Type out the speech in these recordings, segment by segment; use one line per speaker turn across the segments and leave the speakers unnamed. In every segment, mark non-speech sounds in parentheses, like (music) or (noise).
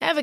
Ever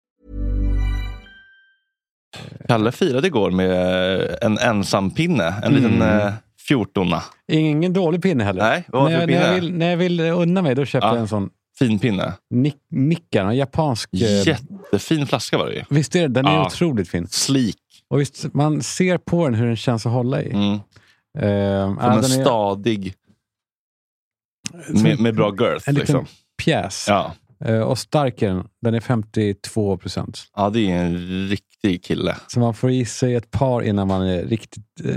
Kalle firade igår med eh, en ensampinne, en liten
Mm.
eh, 14
Ingen dålig pinne heller.
Nej, vad var det
när,
för
jag, när, jag
pinne?
vill, när jag vill unna mig, då köpte
Ja.
jag en sån
Fin pinne.
nick, nickar, en japansk. eh,
Jättefin flaska var det ju.
Visst är det? Den är
Ja.
otroligt fin.
Sleek.
Och visst, man ser på den hur den känns att hålla i.
Mm.
Eh, ja,
Som en
den är
stadig, med, med bra girth.
en liten
liksom.
pjäs.
ja.
Eh, och stark är den. Den är 52 procent.
ja, det är en riktig kille.
Så man får i sig ett par innan man är riktigt... Eh,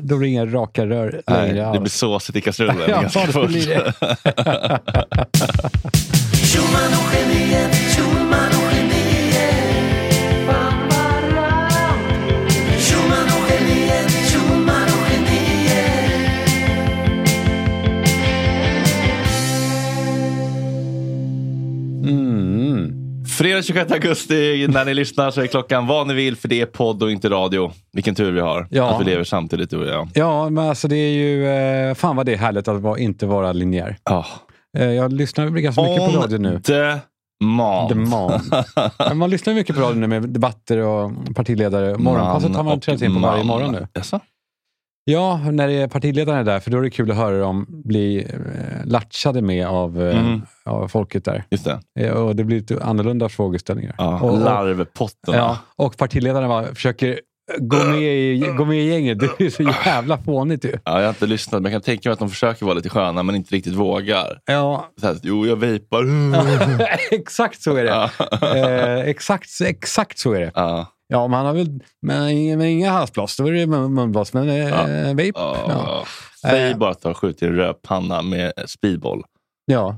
då blir det inga raka rör
Nej,
längre
det blir
alls.
såsigt i kastrullen.
(laughs) Ja,
ganska
det
fort.
blir
(laughs)
det. Mm.
Fredag 26 augusti, när ni lyssnar så är klockan vad ni vill, för det är podd och inte radio. Vilken tur vi har
Ja.
att vi lever samtidigt, du och jag.
Ja, men alltså det är ju... Eh, fan vad det är härligt att vara, inte vara linjär.
Ja.
Eh, jag lyssnar mycket på
On
radio nu.
the man.
The man.
(laughs)
Men man lyssnar mycket på radio nu med debatter och partiledare. Morgonpasset har man
och
tränat in på varje
man.
morgon nu.
Jaså?
Ja, när det är partiledarna där, för då är det kul att höra dem bli eh, latchade med av, eh,
Mm.
av folket där.
Just det.
Eh, och det blir lite annorlunda frågeställningar.
Ja.
och, och,
Larvpotterna.
ja, och partiledarna bara försöker gå med, i, gå med i gänget. Det är ju så jävla fånigt ju.
Ja, jag har inte lyssnat, men jag kan tänka mig att de försöker vara lite sköna, men inte riktigt vågar.
Ja,
Så här, jo, jag vejpar.
(laughs) exakt så är det.
(laughs) Ja.
Eh, exakt, exakt så är det.
Ja.
Ja, men han har väl men, inga- men inga halsblås. Då är det mun- munblås, men eh,
Ja.
vape.
Ja.
Ja.
Säg
Eh.
bara att du har skjutit en rödpanna med speedball.
ja.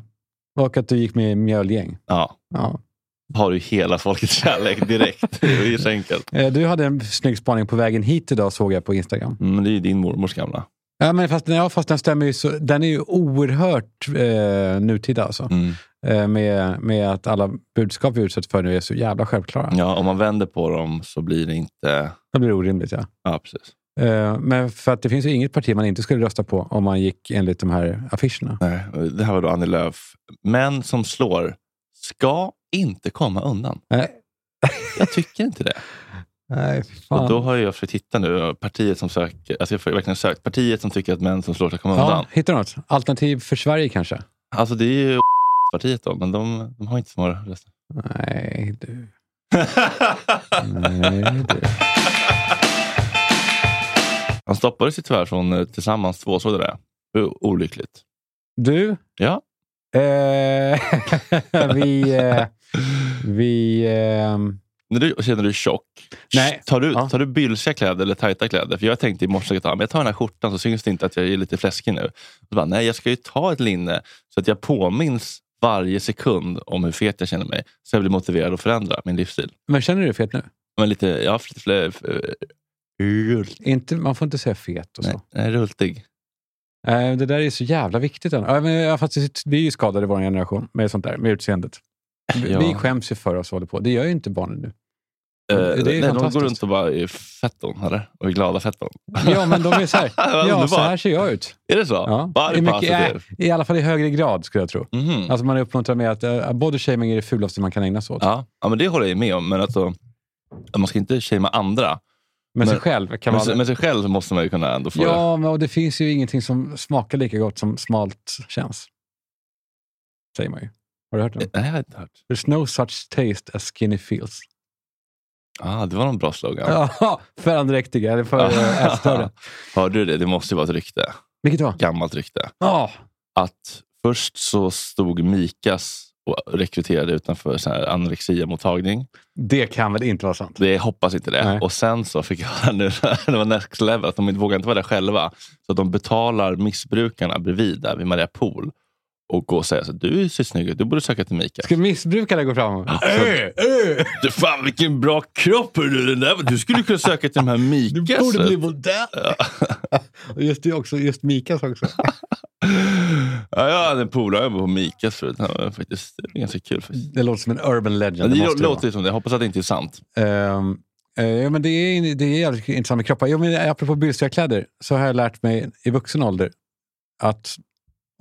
Och att du gick med i mjölgäng.
Ja.
Ja.
Har du hela folkets kärlek direkt. det är ju så enkelt.
Eh, Du hade en snygg spaning på vägen hit idag såg jag på Instagram.
Mm, Men det är ju din mormors gamla.
Ja, men fast, ja, fast den stämmer ju. Så, den är ju oerhört eh, nutida alltså.
Mm.
Eh, med, med att alla budskap vi utsätts för nu är så jävla självklara.
Ja, om man vänder på dem så blir det inte...
Det blir orimligt ja.
Ja, precis.
Eh, men för att det finns ju inget parti man inte skulle rösta på om man gick enligt de här affischerna.
Nej, det här var då Annie Lööf. Män som slår ska inte komma undan.
Nej,
Jag tycker inte det.
nej fy
Och
(laughs) fan.
då har jag försökt hitta nu, partiet som söker, alltså jag har verkligen sökt, partiet som tycker att män som slår ska komma undan.
ja, hittar du något? Alternativ för Sverige kanske?
Alltså det är ju (laughs) partiet då, men de, de har inte så många
(laughs)
röster.
Nej, du. Nej, du.
Han stoppades ju tyvärr från eh, Tillsammans två, såg du det? Det var Olyckligt.
Du?
Ja.
Eh, (laughs) vi... Eh, vi ehm,
När du, känner du dig tjock,
Nej.
tar du,
Ja.
tar du bylsiga kläder eller tajta kläder? För Jag tänkte i morse att ah, men jag tar den här skjortan så syns det inte att jag är lite fläskig nu. Så bara, Nej, jag ska ju ta ett linne så att jag påminns varje sekund om hur fet jag känner mig. Så jag blir motiverad att förändra min livsstil.
men känner du dig fet nu?
Men lite, ja, lite fler, rult,
Inte, man får inte säga fet och så.
nej, nej, rultig.
Eh, det där är så jävla viktigt. Ändå. Ja, men, ja, fast det- vi är ju skadade i vår generation med sånt där, med utseendet. Vi,
Ja.
vi skäms ju för oss och håller på. Det gör ju inte barnen nu.
Eh,
Det är
nej, de går
fantastiskt.
runt och bara är fetton, eller? Och är glada fetton.
Ja, men de är så här.
(laughs) Vad
ja, så
underbart.
här ser jag ut.
Är det så?
Ja.
Bara
I, mycket,
positiv.
eh, I alla fall i högre grad, skulle jag tro.
Mhm.
Alltså man uppmuntrar med att uh, bodyshaming är det fulaste man kan ägna sig åt.
Ja. ja, men det håller jag med om. Men alltså, man ska inte shamea andra.
men sig
men-
själv kan
Men,
man...
sig- men sig själv så måste man ju kunna ändå få det.
Ja, men och det finns ju ingenting som smakar lika gott som smalt känns. Säger man ju. Har du hört den?
Nej, jag har inte hört.
There's no such taste as skinny feels.
Ah, det var någon bra slogan.
(laughs)
Ah.
Ja, för andräktiga, eller för
(laughs)
eh, ätstörda.
Hörde du det? Det måste ju vara ett rykte.
Vilket då?
Gammalt rykte.
Ja,
Att först så stod Mikas och rekryterade utanför sån här anorexiamottagning.
det kan väl inte vara sant?
Det jag hoppas inte det.
Nej.
Och sen så fick jag (laughs) höra nu, det var next level, att de inte vågar inte vara där själva. Så att de betalar missbrukarna bredvid där vid Maria Pool och går och säger så här, du ser snygg ut, du borde söka till Mika.
Ska missbrukare gå fram och... Alltså-
Ja, eh, så- Du, fan vilken bra kropp du den där. Du skulle kunna söka till de här Mikas.
modell! (laughs) Och Just, det också, just
(laughs)
Mikas också.
Ja, jag hade en polare på Mikas förut. Han var faktiskt det är ganska kul. Faktiskt.
Det låter som en urban legend.
Det,
måste
det
det vara.
låter ju som det. Jag hoppas att det inte är sant.
Ehm, eh, ja, men det, är, det är jävligt intressant med kroppar. Jo, men apropå bylsiga kläder så har jag lärt mig i vuxen ålder att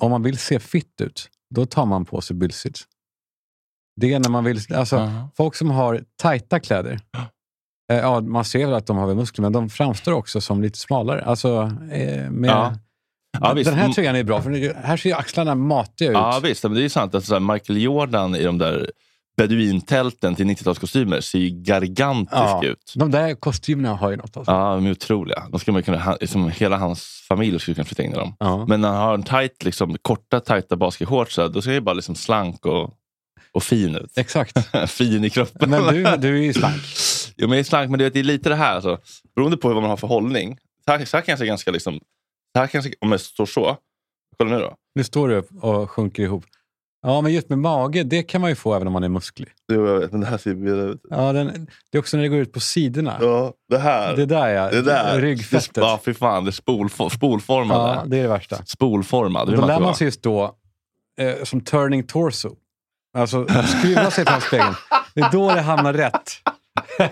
om man vill se fitt ut, då tar man på sig bylsigt. Det är när man vill... Alltså,
Aha.
Folk som har tajta kläder, eh, ja, man ser väl att de har väl muskler, men de framstår också som lite smalare. Alltså, eh, med,
Ja. Ja,
Den-
visst.
Den här
Mm.
tröjan är bra, för den- här ser ju axlarna matiga ut.
Ja visst, men det är ju sant. Att så här Michael Jordan i de där beduintälten till 90-talskostymer ser ju gargantisk
Ja.
ut.
De där kostymerna har ju något. Alltså.
Ja, de är otroliga. De skulle man kunna, han- som hela hans familj skulle kunna flytta in i dem.
Ja.
Men när han har en tight, liksom, korta tajta basketshorts, så här, då ser han ju bara liksom slank och, och fin ut. (laughs)
Exakt.
fin i kroppen.
Men du, du är ju slank.
Jo, men jag är slank, men du vet, det är lite det här. Alltså. Beroende på vad man har för hållning. Så här, så här kan jag se ganska... Liksom, så här kan jag se, om jag står så. Kolla nu då.
Nu står du upp och sjunker ihop. Ja, men just med mage, det kan man ju få även om man är musklig.
Jo, jag vet, men det här ser ju ut.
Ja, den, det är också när det går ut på sidorna.
Ja, det här.
Det där ja,
Det där.
ryggfettet.
Det- Ja, fy fan. Det är spolfor, spolformad.
Ja,
där.
det är det värsta.
Spolformad. Det
Då
vill
lär
man
man
inte
sig just då eh, som turning torso. Alltså skruva sig fram spegeln. Det är då det hamnar rätt. det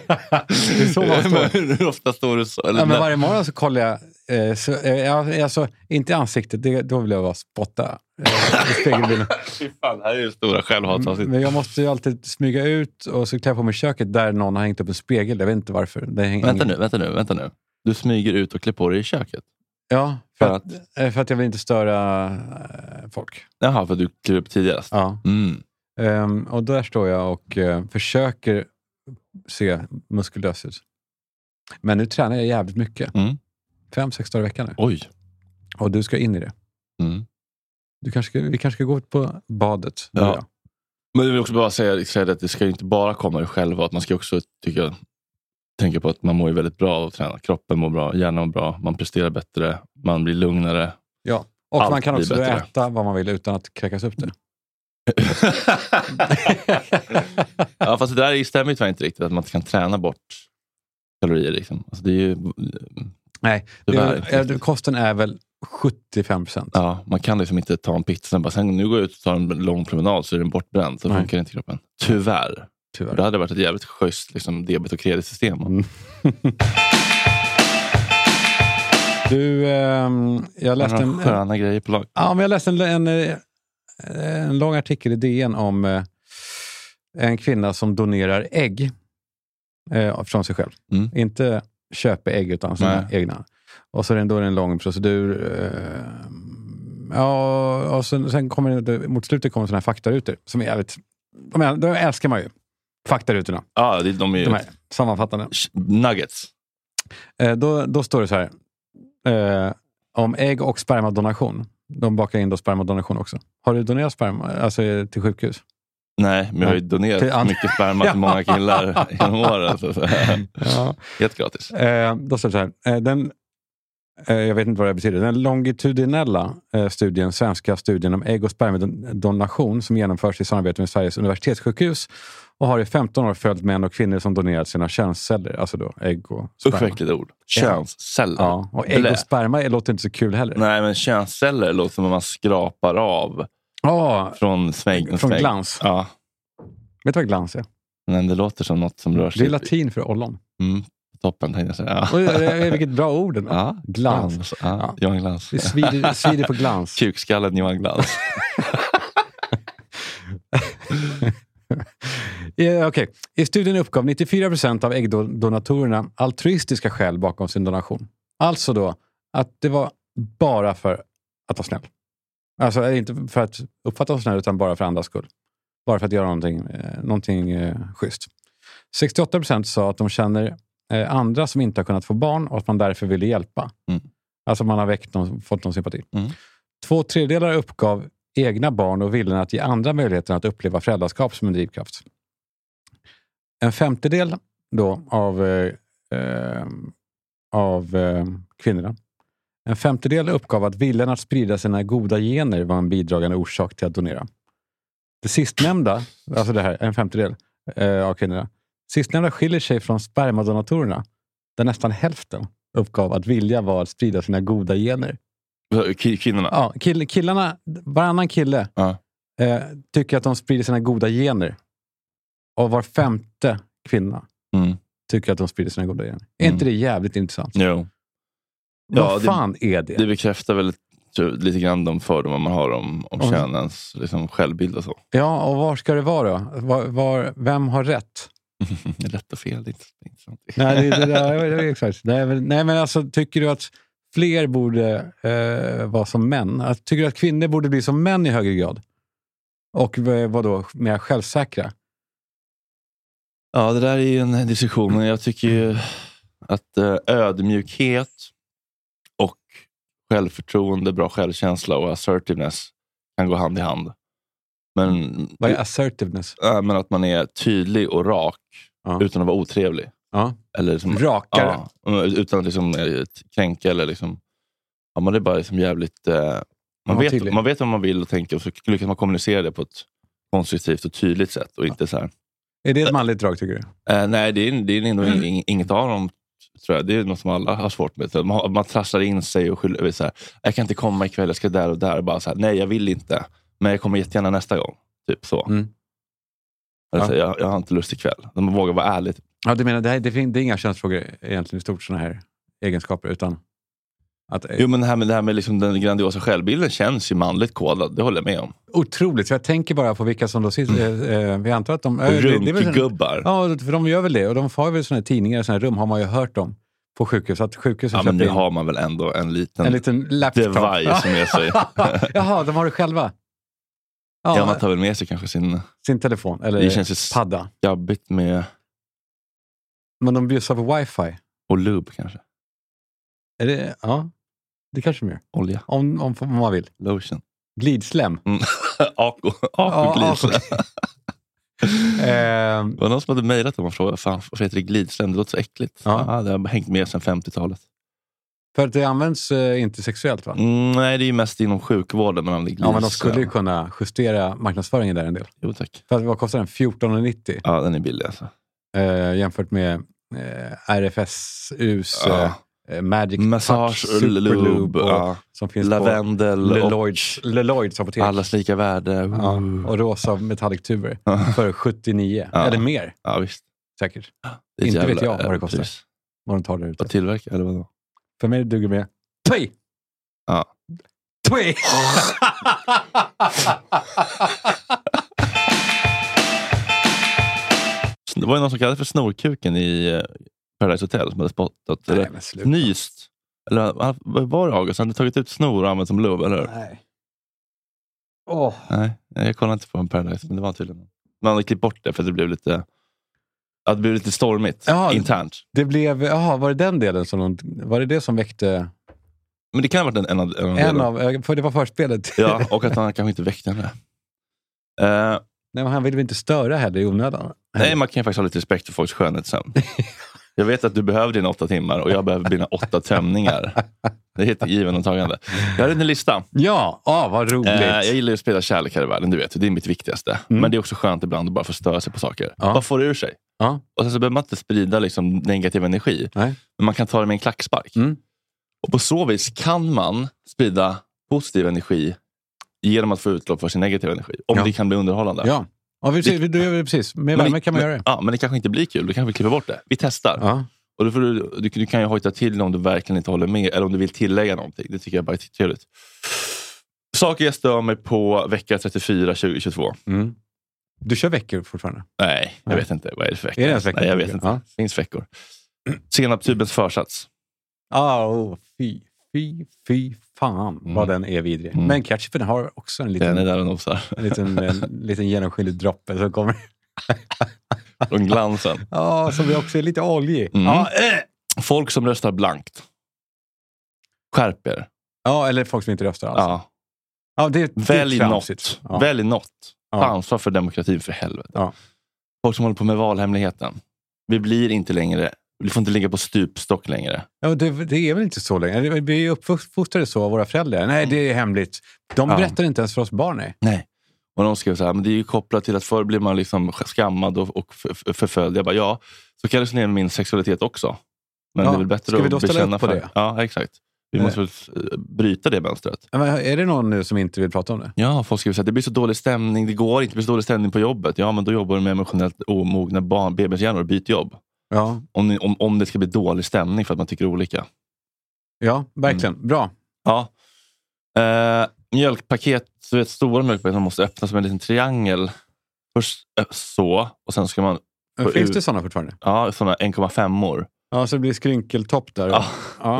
är så man
vara. (laughs)
står.
Men Hur ofta står du så? Eller,
Ja, men
när-
varje morgon så kollar jag, eh, så, eh, jag- alltså, inte i ansiktet, det, då vill jag bara spotta eh, i spegelbilden.
Fy fan, det här är ju det stora självhatsavsnittet.
Mm, Men jag måste ju alltid smyga ut och så klär jag på mig i köket där någon har hängt upp en spegel. Jag vet inte varför. Det hänger-
Vänta nu, vänta nu, vänta nu. Du smyger ut och klär på dig i köket.
Ja, för,
För
att, eh, för att jag vill inte störa eh, folk.
Jaha, för att du klär upp tidigast.
Ja.
Mm.
Ehm, och där står jag och eh, försöker se muskulös ut. Men nu tränar jag jävligt mycket.
Mm.
Fem, sex dagar i veckan nu.
Oj.
Och du ska in i det.
Mm.
Du kanske ska, vi kanske ska gå ut på badet. du och
Ja.
jag.
Men jag vill också bara säga, säga att det ska ju inte bara komma ur själva. Att man ska också tycker jag, tänka på att man mår ju väldigt bra av att träna. Kroppen mår bra, hjärnan mår bra, man presterar bättre, man blir
(laughs)
lugnare.
Och
Allt
man kan
blir
också då
bättre.
äta vad man vill utan att kräkas upp det.
ja, fast det där är- stämmer ju tyvärr inte riktigt, att man inte kan träna bort kalorier. Liksom. Alltså det är ju,
Nej, det
Tyvärr,
är, väl- eh,
riktigt.
kosten är väl 75 procent.
ja, man kan liksom inte ta en pizza sen bara, sen, nu går jag ut och tar en lång promenad så är den bortbränd. Så
Nej.
funkar inte kroppen. Tyvärr. För Det
Tyvärr.
hade varit ett jävligt schysst liksom, debet och kreditsystem.
Mm. Du, ehm, jag läste
Några
en, en,
sköna grejer på lag.
ja, men jag läste en, en, eh, en lång artikel i DN om eh, en kvinna som donerar ägg eh, från sig själv.
Mm.
Inte köper ägg utan sina
Nej.
egna. Och så är det, då är det en lång procedur. Eh, ja, och sen, sen kommer det, mot slutet kommer sådana här faktarutor. Som är jävligt, de, äl- de älskar man ju. Faktarutorna.
Ja, det, de är ju
De här sammanfattande.
nuggets.
Eh, då, då står det så här. Eh, om ägg och spermadonation. De bakar in då spermadonation också. Har du donerat sperma alltså, eh, till sjukhus?
Nej, men jag har ju donerat
Till an-
mycket
(laughs)
sperma till många killar genom åren. Så, så.
Ja.
Helt gratis.
Eh, då står det så här. Eh, den, eh, jag vet inte vad det betyder. Den longitudinella eh, studien, svenska studien om ägg och spermadonation som genomförs i samarbete med Sveriges universitetssjukhus och har i 15 år följt män och kvinnor som donerat sina könsceller, alltså då ägg och
Usch vad
sperma.
äckligt ord. Könsceller.
Ja, och ägg
Blä.
och sperma låter inte så kul heller.
Nej, men könsceller låter som om man skrapar av
Ja,
från svägg.
från
svägg.
glans.
Ja,
Vet du vad glans är?
men det låter som något som rör
Det är
sig i
latin för ollon.
mm, på toppen. Tänkte jag säga.
Oj, oj,
Ja.
oj, vilket bra ord ändå.
Ja,
Glans.
Ja, Johan Glans.
Det svider, svider på glans.
Kukskallen Johan
(laughs)
Glans.
Eh, okej. I studien uppgav 94 procent av äggdonatorerna altruistiska skäl bakom sin donation. Alltså då att det var bara för att vara snäll. Alltså eh, inte för att uppfattas som snäll, utan bara för andras skull. bara för att göra någonting, eh, någonting eh, schysst. 68 procent sa att de känner eh, andra som inte har kunnat få barn och att man därför ville hjälpa.
Mm.
Alltså man har väckt någon, fått någon sympati.
Mm.
Två tredjedelar uppgav egna barn och viljan att ge andra möjligheten att uppleva föräldraskap som en drivkraft. En femtedel då av, eh, eh, av eh, kvinnorna. En femtedel uppgav att viljan att sprida sina goda gener var en bidragande orsak till att donera. Det sistnämnda, alltså det här, en femtedel eh, av kvinnorna, sistnämnda skiljer sig från spermadonatorerna, där nästan hälften uppgav att vilja var att sprida sina goda gener.
Ki- Kvinnorna?
Ja, kill, killarna, varannan kille
Ja.
eh, tycker att de sprider sina goda gener. Och var femte kvinna
Mm.
tycker att de sprider sina goda gener. Är
Mm.
inte det jävligt intressant?
Jo. Ja,
Vad
det-
fan är det?
Det bekräftar väl typ, lite grann de fördomar man har om, om
Om-
könens liksom, självbild och så.
Ja, och var ska det vara då? Var, var, vem
(laughs)
har rätt?
Rätt och fel, det är inte så intressant.
Nej, det, det, där- det, är exakt. Nej, men, nej, men alltså, tycker du att fler borde eh, vara som män? Att, tycker du att kvinnor borde bli som män i högre grad? Och eh, vadå, mer självsäkra?
Ja, det där är ju en diskussion. men Jag tycker ju att eh, ödmjukhet och självförtroende, bra självkänsla och assertiveness kan gå hand i hand. Men,
Vad är assertiveness?
Ja, men att man är tydlig och rak
Ja.
utan att vara otrevlig.
Ja.
Eller liksom,
Rakare?
ja, utan att liksom, eh, kränka eller liksom... Ja, men det är bara liksom jävligt... Eh, man,
Ja,
vet,
tydlig.
man vet vad man vill och tänker och så lyckas man kommunicera det på ett konstruktivt och tydligt sätt. Och inte så här,
Är det ett manligt drag tycker du?
Eh, nej, det är, det är nog
Mm.
ing- ing- inget av dem. Tror jag. Det är något som alla har svårt med. Så Man, har- man trasslar in sig och skyller. Så här, jag kan inte komma ikväll, jag ska där och där. Bara så här, nej, jag vill inte. Men jag kommer jättegärna nästa gång. Typ så.
Mm.
Eller så här, jag, jag har inte lust ikväll. Man vågar vara ärlig.
Ja, du menar, det, här, det, fin- det är inga könsfrågor egentligen i stort, sådana här egenskaper, utan att, eh,
Jo, men det här med, det här med liksom den grandiosa självbilden känns ju manligt kodad. Det håller jag med om.
Otroligt, för jag tänker bara på vilka som då sitter...
Mm.
Eh, eh, vi antar att de... eh, det- det är väl sån-
Runkgubbar. Ja,
Ja, för de gör väl det. Och de har väl såna här tidningar, såna här rum har man ju hört om på sjukhus. Att sjukhuset
men
släpper
det
in
har man väl ändå en liten...
en liten laptop. (laughs)
device med sig.
Jaha, de har det själva? Ja,
ja, man tar väl med sig kanske sin...
sin telefon eller
Det känns ju
padda.
skabbigt med...
Men de bjussar på wifi.
Och lube kanske.
Är det, ja, det kanske de gör.
Olja.
Om, om, om man vill.
Lotion.
Glidslem.
Mm. Ako. Ako glidslem.
Eh,
Det var någon som hade mejlat dem och frågat fan, varför heter det glidslem. Det låter så äckligt.
Ja.
Ah, det har hängt med sedan 50-talet.
för att det används eh, inte sexuellt va?
Mm, nej, det är ju mest inom sjukvården. Men glidslem.
Ja, men de skulle ju kunna justera marknadsföringen där en del.
Jo tack.
För att vad kostar den? 14,90
Ja, den är billig alltså.
eh, jämfört med eh, RFSUs
Ja.
eh, Magic
Massage,
Touch
lube,
och,
ja.
som finns på
lavendel och
Leloids, Leloids apotek.
allas lika värde.
Ja,
Uh.
och rosa metallictuber
Ja. (laughs)
för 79.
Ja.
Eller mer
(laughs) Ja, visst.
säkert.
Det är ett
Inte vet
jävla
jag vad det kostar.
äventyrs.
Vad de tar där ute.
Att tillverka, eller vadå?
För mig duger det med Tui!
Ja. (laughs)
Tui! (laughs)
Det var ju någon som kallade för snorkuken i eh, Paradise Hotel som hade spottat,
Nej,
eller
men sluta.
nyst. Eller han- vad var det August? Han hade tagit ut snor och använt som lubb, eller hur?
Nej. Åh.
Nej, nej, jag kollade inte på en Paradise, men det var tydligen Man hade klippt bort det för att det blev lite, att det blev lite stormigt
Ja.
internt.
Det blev, jaha, var det den delen som de, var det det som väckte
Men det kan ha varit en, en, av- en, av
en
delarna.
av, eh, för det var förspelet.
Ja, och att han kanske inte väckte henne. Eh,
(laughs) Nej, men han ville väl inte störa heller i onödan?
nej, man kan ju faktiskt ha lite respekt för folks
(laughs)
skönhetssömn. Jag vet att du behöver dina åtta timmar och jag behöver mina åtta tömningar. Det heter given och tagande. Jag har en lista.
Ja, ah, vad roligt.
Eh, jag gillar ju att spela kärlek här i världen, du vet. Det är mitt viktigaste.
Mm.
Men det är också skönt ibland att bara få störa sig på saker.
Ja.
Bara få det ur sig.
Ja.
Och sen så behöver man inte sprida liksom, negativ energi.
Nej.
Men man kan ta det med en klackspark.
Mm.
Och på så vis kan man sprida positiv energi genom att få utlopp för sin negativa energi. Om
Ja.
det kan bli underhållande.
Ja, ja vi, vi, du gör det precis. Med värme
det-
kan man göra det.
Ja, men det kanske inte blir kul. Då kanske vi klipper bort det. Vi testar.
Ja.
Och då får du, du, du kan ju hojta till om du verkligen inte håller med eller om du vill tillägga någonting. Det tycker jag bara är trevligt. Saker jag stör mig på vecka 34 2022.
Mm. Du kör veckor fortfarande?
Nej, jag
Nej.
vet inte. Vad är det för vecka?
Är det ens veckor?
Nej, jag vet inte.
Ja,
Det finns veckor. Senaptubens försats.
ah, oh, fy Fy, fy fan vad den är vidrig.
Mm.
Men ketchupen har också en liten,
Den är där och nosar.
en liten, en liten genomskinlig droppe som kommer.
Från glansen.
Ja, som vi också är lite oljig.
Mm.
Ja, äh!
Folk som röstar blankt. Skärp er.
ja, eller folk som inte röstar alls. Ja.
Ja.
det, det är
Välj
tramsigt.
något.
Ja.
Välj något.
Ja.
Ta ansvar för demokratin för helvete.
Ja.
Folk som håller på med valhemligheten. Vi blir inte längre, vi får inte ligga på stupstock längre.
Ja, och det, det är väl inte så länge. Eller, Vi är uppfostrade så av våra föräldrar. Nej, det är hemligt. De
Ja.
berättar inte ens för oss barn. Nej.
Nej. Och någon skrev så här, men det är ju kopplat till att förr blev man liksom skammad och, och för- förföljd. Jag bara, ja, så kan jag resonera med min sexualitet också. Men
Ja,
det är väl bättre
ska vi då
att
ställa
bekänna
upp på
färg.
det?
Ja, exakt. Vi
Nej.
måste väl eh, bryta det mönstret.
Men är det någon nu som inte vill prata om det?
Ja, folk skriver så här, det blir så dålig stämning, det går inte, det blir så dålig stämning på jobbet. Ja, men då jobbar du med emotionellt omogna barn, bebishjärnor, byt jobb.
Ja,
Om, ni, om, om det ska bli dålig stämning för att man tycker olika.
ja verkligen.
Mm.
Bra.
Ja. Eh, mjölkpaket, så vet, stora mjölkpaket som måste öppnas som en liten triangel. Först eh, så, och sen ska man...
Men
Får
finns
ut-
det sådana fortfarande?
Ja, såna 1,5-or.
Ja, så det blir skrynkeltopp där.
Ja,
ja.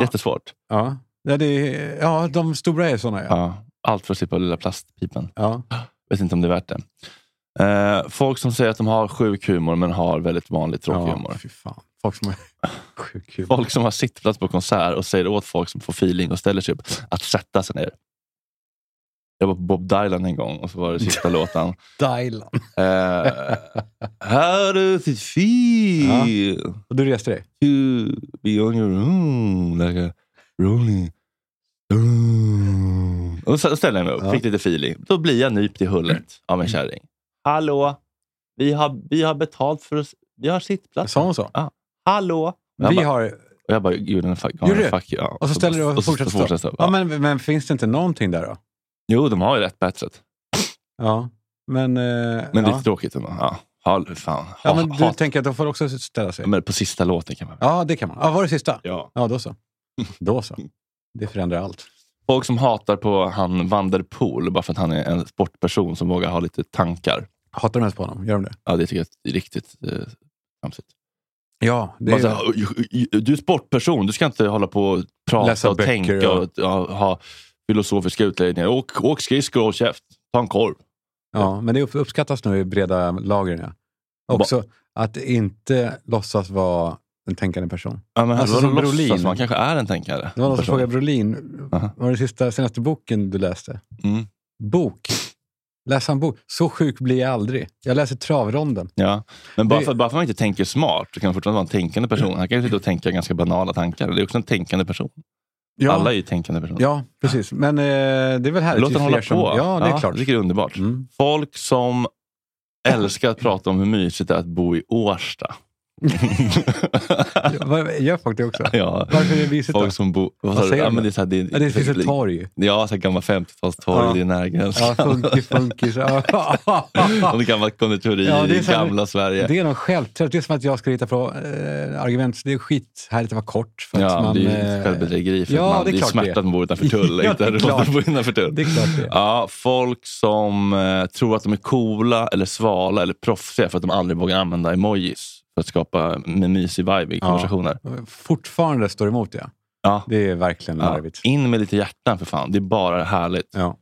(laughs) Jättesvårt.
Ja. Ja, det är, ja, de stora är sådana. Ja.
Ja. Allt för att slippa lilla plastpipen.
Ja.
Vet inte om det är värt det. Eh, folk som säger att de har sjuk humor men har väldigt vanlig tråkig humor.
Ja, fy fan. Folk som är (laughs) sjukt kul.
Folk som har sittplats på konsert och säger åt folk som får feeling och ställer sig upp att sätta sig ner. Jag var på Bob Dylan en gång och så var det
(laughs)
sista låten.
Dylan.
Eh, How does it feel
Och du reste dig?
to be on your own like a rolling stone? Och så ställde jag mig upp,
Ja. Mm.
fick lite feeling. Då blir jag nypt i hullet av en kärring. Hallå, vi har, vi har betalt för oss. Vi har sittplats.
Sa hon så?
Hallå. Jag
Vi
bara-
har...
och jag bara, gjorde en fuck,
Gjorde du?
fuck ja.
Och så ställer du och fortsätter stå.
jag.
Ja, men, men finns det inte någonting där då?
Jo, de har ju rätt på ett sätt.
Ja. Men, eh,
Men
ja.
lite tråkigt. ändå. Ja. Hall, fan. Ha,
ja, men du
hat.
tänker att de får också ställa sig?
Ja, men på sista låten kan man väl.
Ja, det kan man. Ja, var det sista?
Ja.
Ja,
(laughs)
då så. Då så. Det förändrar allt.
Folk som hatar på han Van der Poel bara för att han är en sportperson som vågar ha lite tankar.
Hatar de ens på honom? Gör de det?
Ja, det tycker jag är riktigt eh, tramsigt.
Ja, det
Bara
är,
så här, "Oj, oj, du är sportperson, du ska inte hålla på och prata
Läsa
och
böcker
tänka
och-
och, ja, ha filosofiska utläggningar. Åk, åk skridskor och håll käft. Ta en korv.
ja, men det upp- uppskattas nu i breda lagren. Ja. Också att inte låtsas vara en tänkande person.
Ja, men
Alltså,
alltså,
som Brolin.
låtsas, man kanske är en tänkare.
Det var någon som
person.
frågade Brolin,
Aha.
var det sista, senaste boken du läste?
Mm.
Bok? Läsa en bok? Så sjuk blir jag aldrig. Jag läser Travronden.
Ja. Men bara
Det-
för, bara för att man inte tänker smart så kan man fortfarande vara en tänkande person. Han kan ju sitta och tänka ganska banala tankar. Det är också en tänkande person.
Ja,
Alla är ju tänkande personer.
ja precis. Men eh, det är väl härligt.
Låt
ju
den hålla
fler
på.
som- Ja, det är klart.
Jag tycker det är underbart.
Mm.
Folk som älskar att prata om hur mysigt det är att bo i Årsta.
Vad- Gör folk det också?
(laughs) ja.
Varför är det mysigt
(laughs)
då?
Folk som bor... Vad sa du?
säger
Ja,
de?
men det är så här, det, är-
Ja, det finns ett torg.
Ja, så här gamla 50-talstorg.
Ja.
Det är nära gränsen. (laughs)
Ja, funkis, funkis. Ja.
Och gamla konditorier
Ja, det är
i
så här-
gamla Sverige.
Det är någon självträff. Det är som att jag ska hitta på eh, argument. Det är skit härligt att vara kort. För att
ja,
man,
det är ju
eh,
självbedrägeri. För
ja,
att man,
det
det
är
är,
klart
smärta
det är.
att man bor utanför tull.
(laughs) Ja,
inte
det är
att du
klart.
måste bo innanför tull.
det är klart det är.
Ja, folk som eh, tror att de är coola, eller svala eller proffsiga för att de aldrig vågar använda emojis för att skapa en mysig vibe i konversationer.
Fortfarande står emot ja.
Ja.
Det är verkligen
Ja.
larvigt.
In med lite hjärtan för fan. Det är bara härligt.
Ja.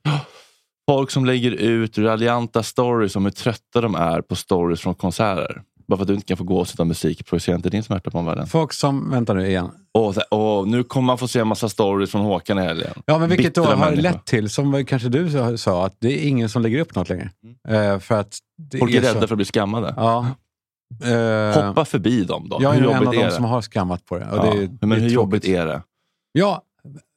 Folk som lägger ut raljanta stories om hur trötta de är på stories från konserter. Bara för att du inte kan få gåshud av musik projicerar inte din smärta på omvärlden.
Folk som, vänta nu igen.
Åh, så- åh, nu kommer man få se en massa stories från Håkan i helgen.
Ja, men vilket då
Bittra
har
människor.
lett till, som väl kanske du sa- sa, att det är ingen som lägger upp något längre. Eh, för att det
Mm. Folk är
så-
rädda för att bli skammade.
Ja. Eh,
Hoppa förbi dem då.
Jag är
hur
nog en av
jobbigt är
de
det?
som har skammat på det. Och
Ja,
det är, det
men
är
hur jobbigt
tråkigt.
är det?
Ja,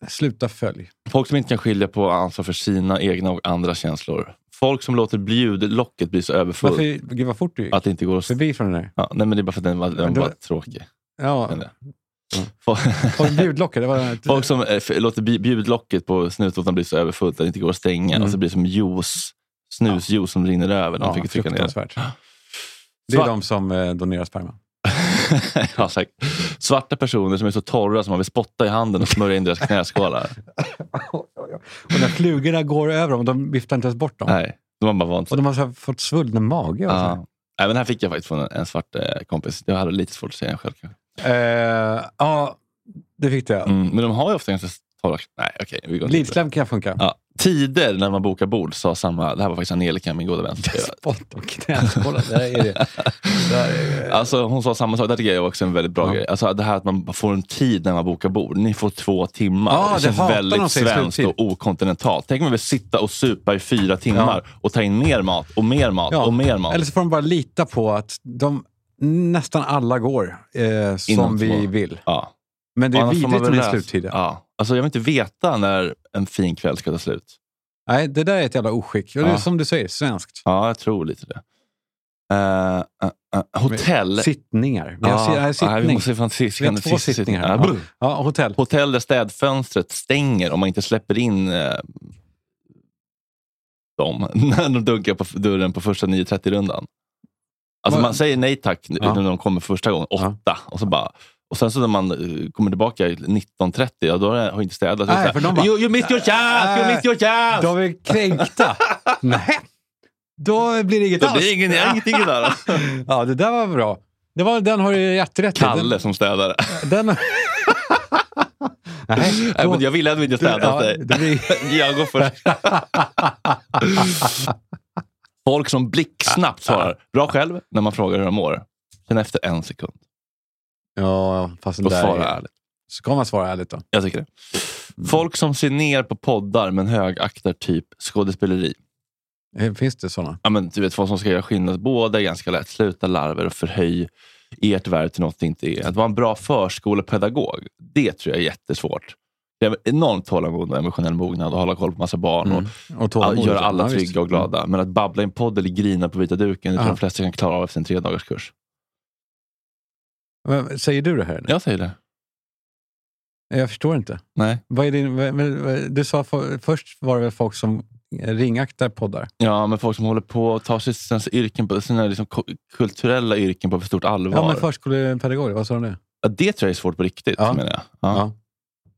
sluta följ.
Folk som inte kan skilja på ansvar för sina egna och andra känslor. Folk som låter bjudlocket bli så
Varför,
överfullt
gud vad fort du gick
att det inte går att...
förbi från den där.
Ja, nej, men det är bara för att den var, den
Då-
var tråkig.
Ja, Mm.
Den där. (laughs) Folk,
och ljudlocket, det
(laughs)
var...
folk som eh, f- låter bi- bjudlocket på snutlåten bli så överfullt att det inte går att stänga.
Mm.
Och så blir det som juice, snusjuice som rinner över. De
Ja,
fick trycka ner.
fruktansvärt. Det är
Svart-
de som eh, donerar (laughs) sperma.
(laughs) ja, säkert. Svarta personer som är så torra som man vill spotta i handen och smörja in deras knäskålar.
Och när flugorna går över dem, de viftar inte ens bort dem.
nej, de har bara vant sig.
Och de har så här fått svullen mage. Och så här.
Ja. Nej, men den här fick jag faktiskt från en, en svart eh, kompis. Jag hade lite svårt att säga den själv. kanske.
Eh, ja, det fick det.
Mm, men de har ju ofta ganska Torra, nej, okej. vi går inte.
Glidslem kan funka.
Ja. Tider när man bokar bord sa samma... Det här var faktiskt Angelica, min goda vän.
(laughs)
som skrev.
Spott och knäskålar. Där
(laughs)
är det. Där är-
Alltså, hon sa samma sak. Det tycker jag är också en väldigt bra
Ja.
grej. Alltså, det här att man får en tid när man bokar bord. Ni får två timmar.
Ja, det
det känns
hatar de
väldigt
sig,
svenskt
sluttid.
och okontinentalt. Tänk om man vill sitta och supa i fyra timmar och ta in mer mat och mer mat
Ja.
och mer mat.
Eller så får de bara lita på att de nästan alla går eh, som
Inom två.
vi vill.
Ja.
Men det är
Annars får man
vidrigt
väl
om det är
läsa-
sluttiden.
Ja. Alltså, jag vill inte veta när en fin kväll ska ta slut.
Nej, det där är ett jävla oskick. Och det är
Ja.
som du säger, svenskt.
Ja, jag tror lite det. Eh, eh, eh, hotell.
Sittningar. Vi har si- här är
ja, vi
sittning.
måste fan se, se,
Vi har
se-
två
se-
sittningar.
Ja,
Ja.
brr.
Ja, hotell.
Hotell där städfönstret stänger om man inte släpper in eh, dem (laughs) när de dunkar på f- dörren på första 9.30-rundan. Alltså
Vad-
man säger nej tack n-
Ja.
när de kommer första gången,
Ja.
åtta. Och, så bara, och sen så när man eh, kommer tillbaka i 19.30, ja, då har jag- har jag inte städat. Så
Nej,
så här,
för de bara,
you, you missed your chance! You
"Nej,
missed your chance!
Då är vi
(laughs)
kränkta. Nej, då blir det inget
det
alls.
blir ingen, ingenting
(laughs)
där.
Ja, det där var bra. Det var, den har du jätterätt i.
Kalle som städare.
Den, (laughs) den... Nej,
Nej,
då-
men jag ville ändå inte
du-
städa
ja,
åt dig. (laughs)
det blir-
Jag går först. (laughs) Folk som blixtsnabbt svarar. Bra själv när man frågar hur de mår. Sen efter en sekund.
Ja, fast den
Då svarar jag
där...
ärligt.
Ska man svara ärligt då?
Jag tycker det. Folk som ser ner på poddar men högaktar typ skådespeleri.
Eh, Finns det sådana?
Ja, men du vet vad som ska göra skillnad. Båda är ganska lätt. Sluta larver och förhöj ert värde till något det inte är. Att vara en bra förskolepedagog, det tror jag är jättesvårt. Det är enormt tålamod och emotionell mognad och hålla koll på massa barn. Och
Och
Mm. Ja,
tålamod och
gör
så.
alla
Ja, visst.
trygga och glada. Men att babbla i en podd eller grina på vita duken, det tror
Mm. Ja.
de flesta kan klara av efter en tredagarskurs.
Men, säger du det här? eller?
Jag säger det.
Jag förstår inte.
Nej.
Vad är din, vad- vad- vad- du sa för, först var det väl folk som ringaktar poddar?
Ja, men folk som håller på och tar sitt- sina, yrken på, sina liksom ko- kulturella yrken på för stort allvar.
Ja,
Ja,
men förskolepedagoger, vad sa de nu?
det tror jag är svårt på riktigt,
Ja.
menar jag.
Ja.
Ja.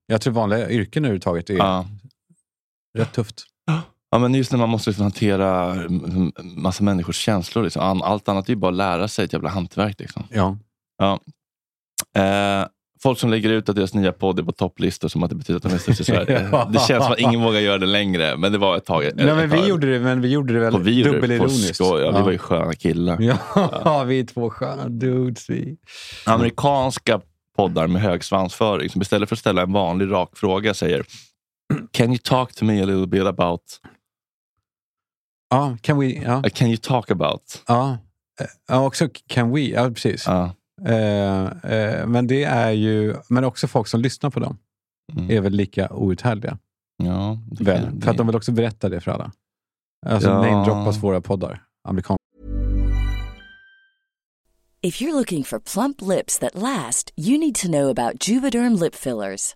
Jag tror vanliga yrken överhuvudtaget är
Ja.
rätt tufft.
Ja, men just när man måste liksom hantera mm, massa människors känslor. Liksom. An- Allt annat är ju bara att lära sig ett jävla hantverk. Liksom.
Ja.
Eh, folk som lägger ut att deras nya podd är på topplistor som att det betyder att de
(laughs)
är störst i Sverige. Det känns som att ingen vågar göra det längre, men det var ett tag.
Nej, men
ett tag.
vi gjorde det, men vi gjorde det väl
På vi gjorde det på
dubbelironiskt.
skoj. Ja, vi var ju sköna killar.
ja. ja, vi är två sköna dudes. Vi.
Amerikanska poddar med hög svansföring som istället för att ställa en vanlig rak fråga säger Can you talk to me a little bit about...
Ja, can we? Ja.
Uh, can you talk about...
Ja. Eh, ja, också can we? Ja, precis.
Ja.
Eh, eh, men det är ju, men också folk som lyssnar på dem
Mm.
är väl lika outhärdliga.
ja det-
Väl,
det-
för att de vill också berätta det för alla. Alltså
Ja.
namedroppas våra poddar. Amerikan.
If you're looking for plump lips that last, you need to know about Juvederm lip fillers.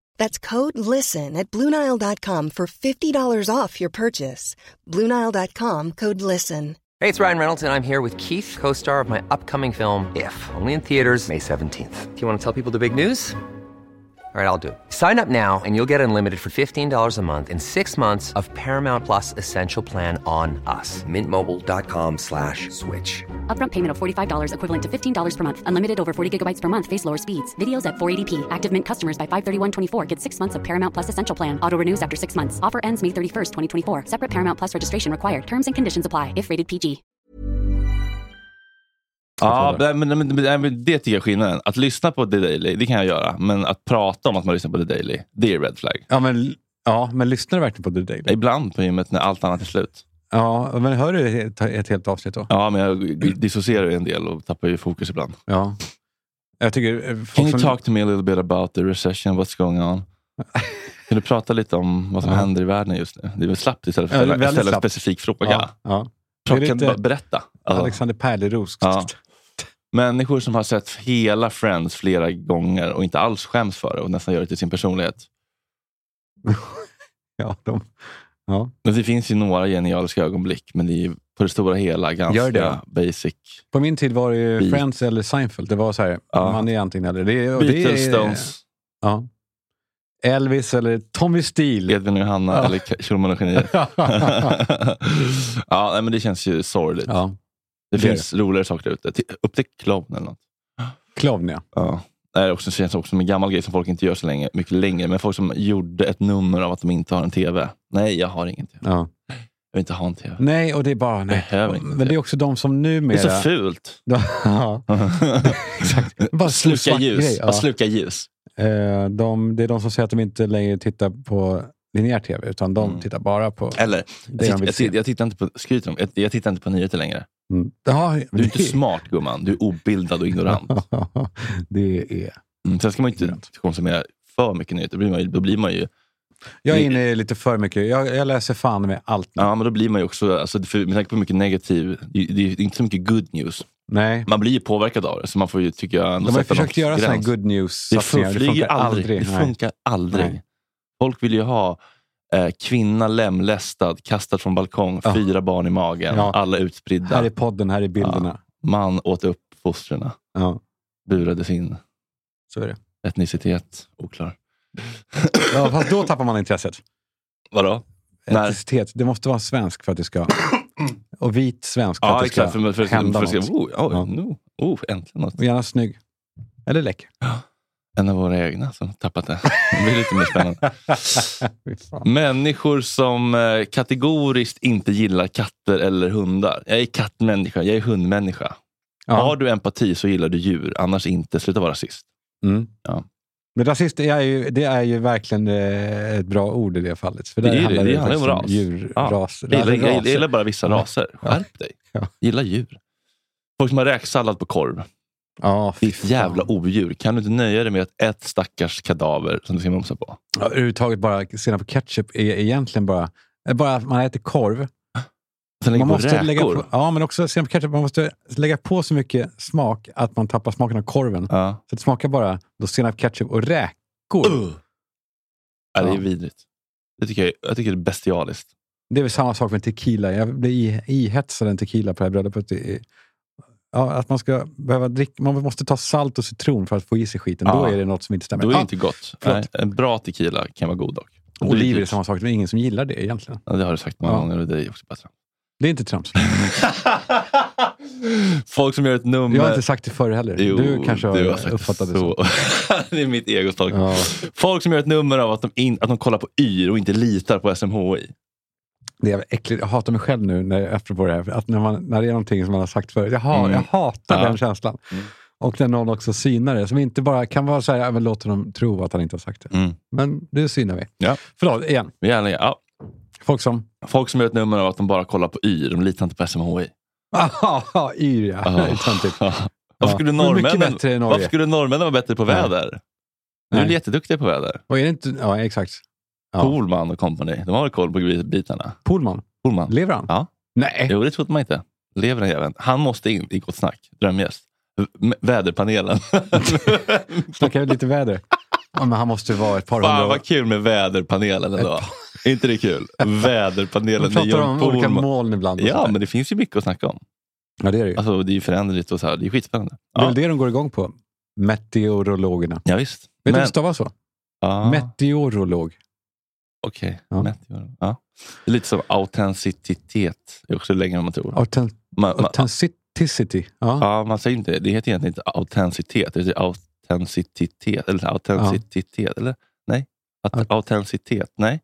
That's code LISTEN at Bluenile.com for $50 off your purchase. Bluenile.com code LISTEN.
Hey, it's Ryan Reynolds, and I'm here with Keith, co star of my upcoming film, If, only in theaters, May 17th. Do you want to tell people the big news? All right, I'll do it. Sign up now and you'll get unlimited for $15 a month in six months of Paramount Plus Essential Plan on us. Mintmobile.com slash switch.
Upfront payment of $45 equivalent to $15 per month. Unlimited over 40 gigabytes per month. Face lower speeds. Videos at 480p. Active Mint customers by 531.24 get six months of Paramount Plus Essential Plan. Auto renews after six months. Offer ends May 31st, 2024. Separate Paramount Plus registration required. Terms and conditions apply if rated PG.
Ja, men, men, men, men, men det tycker jag är skillnaden. Att lyssna på The Daily, det kan jag göra. Men att prata om att man lyssnar på The Daily, det är red flag.
Ja, men, ja, men lyssnar du verkligen på The Daily?
Ibland på gymmet när allt annat är slut.
Ja, men hör du ett, ett helt avsnitt då?
Ja, men jag dissocierar ju en del och tappar ju fokus ibland.
Ja. Jag tycker... eh,
Can
folk
you
som-
talk to me a little bit about the recession, what's going
(laughs)
on? Kan du prata lite om vad som
Ja.
händer i världen just nu? Det är väl slappt istället för
Ja,
att
det är
ställa,
väldigt
ställa en
slappt.
specifik fråga.
Ja, ja.
Kan
Det är
du
lite
bara berätta? Alltså,
Alexander Pärleros.
Ja. Människor som har sett hela Friends flera gånger och inte alls skäms för det och nästan gör det till sin personlighet.
(laughs) Ja, de, ja.
Men det finns ju några genialiska ögonblick, men det är ju på det stora hela ganska
Gör det.
basic.
På min tid var det ju
Vi-
Friends eller Seinfeld. Det var så här,
Ja.
man är antingen eller. Det, är- och det
Beatles,
är-
Stones,
Ja. Elvis eller Tommy Steele.
Edvin och Johanna
Ja.
eller Ka- Schulman och geniet.
(laughs)
(laughs) ja, nej, men det känns ju sorgligt.
ja.
det
det är
finns roligare saker där ute. T- Upptäck clown eller något.
Klovn, ja.
Ja. Det här är också, känns också som en gammal grej som folk inte gör så länge, mycket längre. Men folk som gjorde ett nummer av att de inte har en TV. Nej, jag har ingen TV.
ja.
Jag vill inte ha en TV.
Nej, och det är bara... Nej.
Behöver inte
Men det är också de som
Det är
numera...
så fult.
(laughs) ja.
Exakt.
Bara
Sluka
svart
ljus.
grej, ja.
Bara sluka ljus.
Eh, de, det är de som säger att de inte längre tittar på linjär tv, utan de
Mm.
tittar bara på
Eller,
det
jag,
de
titt,
vill
jag,
se.
titt- jag tittar inte på, skryter om, jag, jag tittar inte på nyheter längre.
Mm. Ja,
Du är inte
det-
smart gumman, du är obildad och
(laughs)
ignorant.
det är...
Mm. Sen ska man ju inte
Ignorant.
konsumera för mycket nyheter, då blir man ju, då blir man ju,
Jag är inne lite för mycket. Jag, jag läser fan med allt nu.
ja, men då blir man ju också, alltså, för, med tanke på hur mycket negativ, det, det är inte så mycket good news.
Nej.
Man blir ju påverkad av det, så man får ju, tycker jag, ändå
De har ju
sätta
försökt
någon
göra såna här
gräns.
good news
Det funkar, flyger ju aldrig. Det
Nej.
funkar aldrig.
Nej.
Folk vill ju ha eh, kvinna lemlästad, kastad från balkong,
Ja.
fyra barn i magen,
Ja.
alla utspridda.
Här är podden, här är bilderna.
Man åt upp fostren,
Ja.
burades in.
så är det.
Etnicitet oklar.
Ja, fast då tappar man intresset.
Vadå? Nej.
Etnicitet, det måste vara svensk för att det ska... Och vit svensk för att
Ja,
det ska
exakt. För, för, för,
hända
för, för,
något.
oh, ja,
Ja.
no. oh, äntligen något.
Och gärna snygg. Eller läcker.
En av våra egna som tappat det. Det blir lite mer spännande.
Fy fan.
Människor som eh, kategoriskt inte gillar katter eller hundar. Jag är kattmänniska, jag är hundmänniska. Har
Ja.
du empati så gillar du djur, annars inte. Sluta vara rasist.
Mm.
Ja.
Men rasist, det är, ju, det är ju verkligen eh, ett bra ord i det fallet. För
Det
där
är det.
handlar
Det handlar
faktiskt
om
om
ras.
djur,
Ja.
ras.
Jag gillar, jag
raser.
gillar bara vissa
Ja.
raser. Skärp dig.
Ja.
Gilla djur. Folk som har räksallad på korv.
Ja, fy
Ditt
fan.
jävla odjur. Kan du inte nöja dig med att ett stackars kadaver som du ska mumsa på?
Ja, överhuvudtaget bara senap och ketchup är egentligen bara... är Bara att man äter korv.
Sen lägger
Man
på
måste
räkor.
lägga på, ja, men också senap och ketchup. Man måste lägga på så mycket smak att man tappar smaken av korven.
Ja.
Så det smakar bara då senap, ketchup och räkor.
Ja, det är
Ja.
vidrigt. Det tycker jag, jag tycker det är bestialiskt.
Det är väl samma sak med tequila. Jag blev i- ihetsad en tequila på det här bröllopet. Det är- Ja, att man ska behöva dricka, man måste ta salt och citron för att få i sig skiten. Då
Ja.
är det något som inte stämmer.
Då är det
Ah,
inte gott. Nej,
förlåt.
en bra tequila kan vara god dock. Och
oliver är
dyrt.
samma sak, det är ingen som gillar det egentligen.
Ja, det har du sagt många
Ja.
gånger och det är också bättre.
Det är
(laughs)
inte trams.
Folk som gör ett nummer.
Jag har inte sagt det förr heller. du kanske har,
du sagt
uppfattat det så.
så. (laughs) det är mitt egostalk.
Ja.
Folk som gör ett nummer av att de, in, att de kollar på yr och inte litar på SMHI.
Det är äckligt. Jag hatar mig själv nu när jag efter på det här. Att när, man, när det är någonting som man har sagt förr. Jag, har,
Mm.
jag
Ja.
hatar
Mm.
den känslan. Och när någon också synar det. Som inte bara kan vara så här, ja, men låter dem tro att han inte har sagt det.
Mm.
Men det synar vi.
Ja.
Förlåt, igen.
Men Gärna, ja.
Folk som... (laughs)
Folk som gör ett nummer av att de bara kollar på yr, de litar inte på SMHI.
Aha, yr ja.
(laughs) Ja.
Det är töntigt.
Varför, skulle
Ja. Men mycket
norrmännen,
bättre i Norge.
varför skulle norrmännen vara bättre på
Nej.
väder? Nu är
Nej.
de jätteduktiga på väder.
Och är det inte... Ja, exakt. Ja.
Pohlman och company, de har väl koll på gri- bitarna.
Pohlman,
Pohlman.
lever han?
Ja.
Nej.
Jo, det trodde man inte. Lever den jäveln. Han måste in i Gott Snack, drömgäst. V-
(laughs)
Väderpanelen.
Snackar vi lite väder?
(laughs)
Ja, men han måste ju vara ett par
Fan
hundra år.
vad kul med väderpanelen ändå. Är inte det kul? Väderpanelen.
De
med
Eh. pratar
John
om olika
Pohlman.
moln ibland. och
Ja,
sådär.
men det finns ju mycket att snacka om.
ja, det är det ju.
Alltså, det är ju föränderligt och så här. Det är skitspännande.
Det är
Ja,
väl det de går igång på. Meteorologerna.
ja visst.
Vet du hur
Men
det stavas så?
Ah,
Meteorolog.
Okej.
Ja.
Meteor. Ja. Det är lite som autenticitet. Det är också längre än man tror.
Autent-
Man, man,
Authenticity. Ja.
ja, man säger inte det. Det heter egentligen inte autenticitet. Det heter autenticitet. Eller autenticitet. Eller? Nej.
Aut-
Aut- autenticitet. Nej.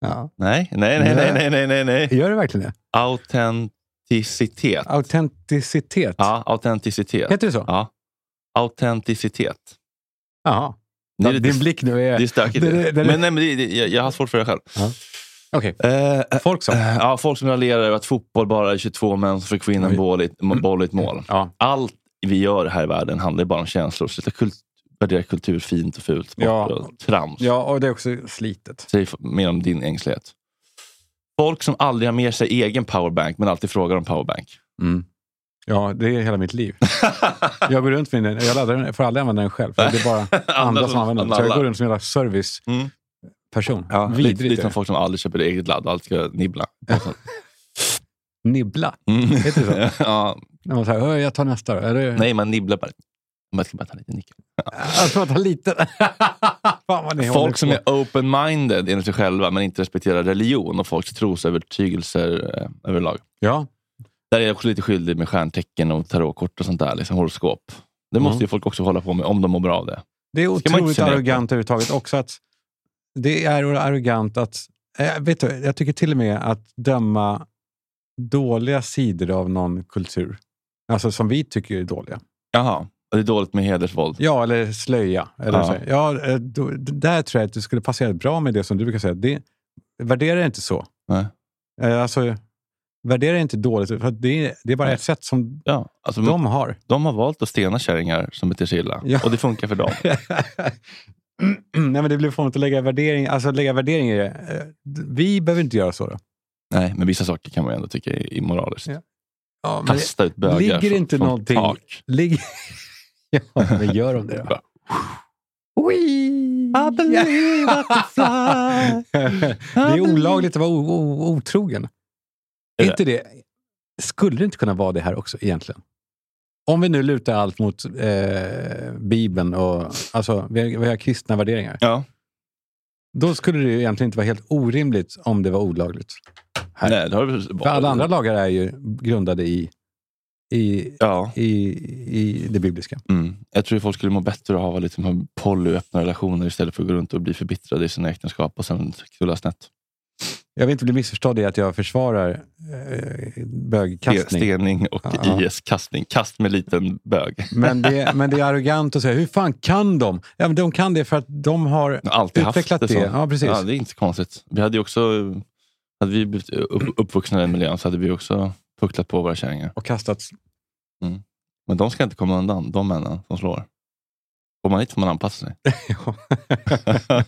Ja.
Nej, nej, nej, nej, nej, nej, nej, nej.
Gör det verkligen det?
Autenticitet.
Autenticitet.
Ja, autenticitet.
Heter det så?
Ja. Autenticitet.
Jaha.
Det är
Din
lite-
blick nu
(laughs)
är...
Det är stökigt.
Det- det- det-
men nej, men det, det, jag, jag har svårt för det själv.
Okej.
Eh, eh,
Folk som...
eh, ja, folk som raljerar över att fotboll bara är 22 män som fick in en
Oj.
boll i, en boll i ett mål.
Ja.
Allt vi gör här i världen handlar bara om känslor. Sluta kult, värdera kultur fint och fult. Sport
Ja.
och trams.
ja, och det är också slitet.
Säg f- mer om din ängslighet. Folk som aldrig har med sig egen powerbank men alltid frågar om
(laughs)
powerbank.
Ja, det är hela
(laughs)
mitt liv. Jag går runt med den. Jag laddar den, får aldrig använder den själv. För det
(laughs)
är bara andra som använder den. Så jag går runt som en jävla
Mm.
serviceperson.
Ja, lite,
Vidrigt.
lite
är
som
det.
folk som aldrig köper eget ladd och alltid ska nibbla. Alltså.
(laughs) Nibbla.
Mm.
Heter det
(laughs) ja,
När man säger "Hör, jag tar nästa. då." Är det...
nej, man nibblar bara. Man ska bara ta lite nickel.
(laughs) Jag tror att han lite... (laughs) Fan vad ni håller
Folk som
på.
är open-minded enligt sig själva men inte respekterar religion och folks trosövertygelser eh, överlag.
Ja,
Där är jag också lite skyldig med stjärntecken och tarotkort och sånt där. Liksom horoskop. Det måste
Mm.
ju folk också hålla på med om de mår bra av det.
det är
Ska man inte
otroligt
säga nej?
arrogant överhuvudtaget också. Att det är arrogant att... Eh, vet du, jag tycker till och med att döma dåliga sidor av någon kultur, alltså som vi tycker är dåliga.
Jaha, och det är dåligt med hedersvåld.
Ja, eller slöja. Eller
Ja.
så. Ja, eh, då, d- där tror jag att du skulle passera bra med det som du brukar säga. Det, värdera inte så.
Nej.
Eh, Alltså, värdera inte dåligt, för att det, det är bara
Nej.
ett sätt som
Ja, alltså, de... (laughs)
de har.
har valt att stena kärringar som beter sig illa.
Ja.
Och det funkar
(laughs)
för dem.
Nej, men det blir fånigt att lägga värdering, alltså lägga värdering i det. Eh, d- Vi behöver inte göra så. Då.
Nej, men vissa saker kan man ju ändå tycka är immoraliskt.
Ja. Ja, men det,
Kasta ut bögar
ligger
från-
inte
från
någonting-
tak.
ligg... (laughs) ja, men gör de det då? I (laughs) believe I can fly. det är olagligt att vara o- o- otrogen.
Är
Är
det?
inte det? Skulle det inte kunna vara det här också egentligen? Om vi nu lutar allt mot eh, Bibeln och alltså, vi, har, vi har kristna värderingar.
Ja.
Då skulle det ju egentligen inte vara helt orimligt om det var olagligt. Här.
Nej, det har du...
För alla andra lagar är ju grundade i, i,
Ja.
i, i det bibliska.
Mm. Jag tror folk skulle må bättre av att ha lite mer poly och öppna relationer istället för att gå runt och bli förbittrade i sina äktenskap och sen knulla snett.
Jag vill inte bli missförstådd i att jag försvarar eh, bögkastning.
Stening och
Ja.
IS-kastning. Kast med liten bög.
Men, det, men det är arrogant att säga, hur fan kan de? Ja, men de kan det för att de har...
Jag har alltid
Utvecklat
haft det,
det.
så.
Ja, precis.
Ja, det är inte så konstigt. Vi hade ju också... Hade vi blivit upp, uppvuxna i den miljön så hade vi också pucklat på våra kärringar.
Och kastats.
Men de ska inte komma undan, de männen som slår. Går man hit får man anpassa
(laughs)
sig.
Ja.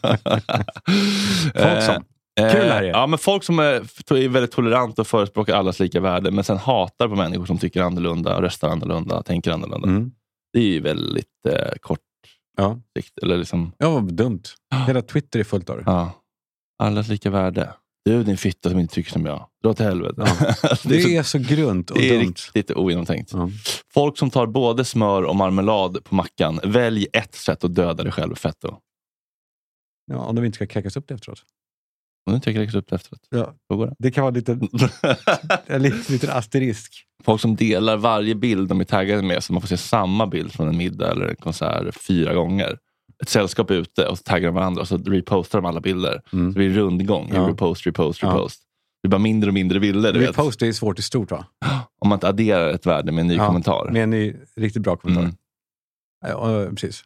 Eh,
som.
eh,
Kul här är.
Ja, men folk som är, är väldigt toleranta och förespråkar allas lika värde, men sen hatar på människor som tycker annorlunda, röstar annorlunda, tänker annorlunda.
Mm.
Det är ju väldigt eh, kort
Ja.
sikt. Eller liksom,
ja, vad dumt. Hela Twitter är fullt av det.
ja, allas lika värde. Du din fitta som inte tycker som jag. Dra till helvete. (laughs) det är, så,
Det är så grunt och
det är
dumt.
riktigt ogenomtänkt.
Ja.
Folk som tar både smör och marmelad på mackan, välj ett sätt att döda dig själv fett då.
Ja, om de inte ska kräkas upp det efteråt.
Om du inte kräks upp det efteråt,
Ja.
då (laughs) går det.
Det kan vara lite, en liten, liten asterisk.
Folk som delar varje bild de är taggade med, så man får se samma bild från en middag eller en konsert fyra gånger. Ett sällskap är ute och så taggar de varandra och så repostar de alla bilder. Så det blir rundgång.
Ja.
Repost, repost,
Ja.
repost. Det blir bara mindre och mindre bilder. Du vet.
Repost är svårt i stort va?
Om man inte adderar ett värde med en ny
Ja,
kommentar.
Med en ny, riktigt bra kommentar.
Mm.
Ja, eh, precis.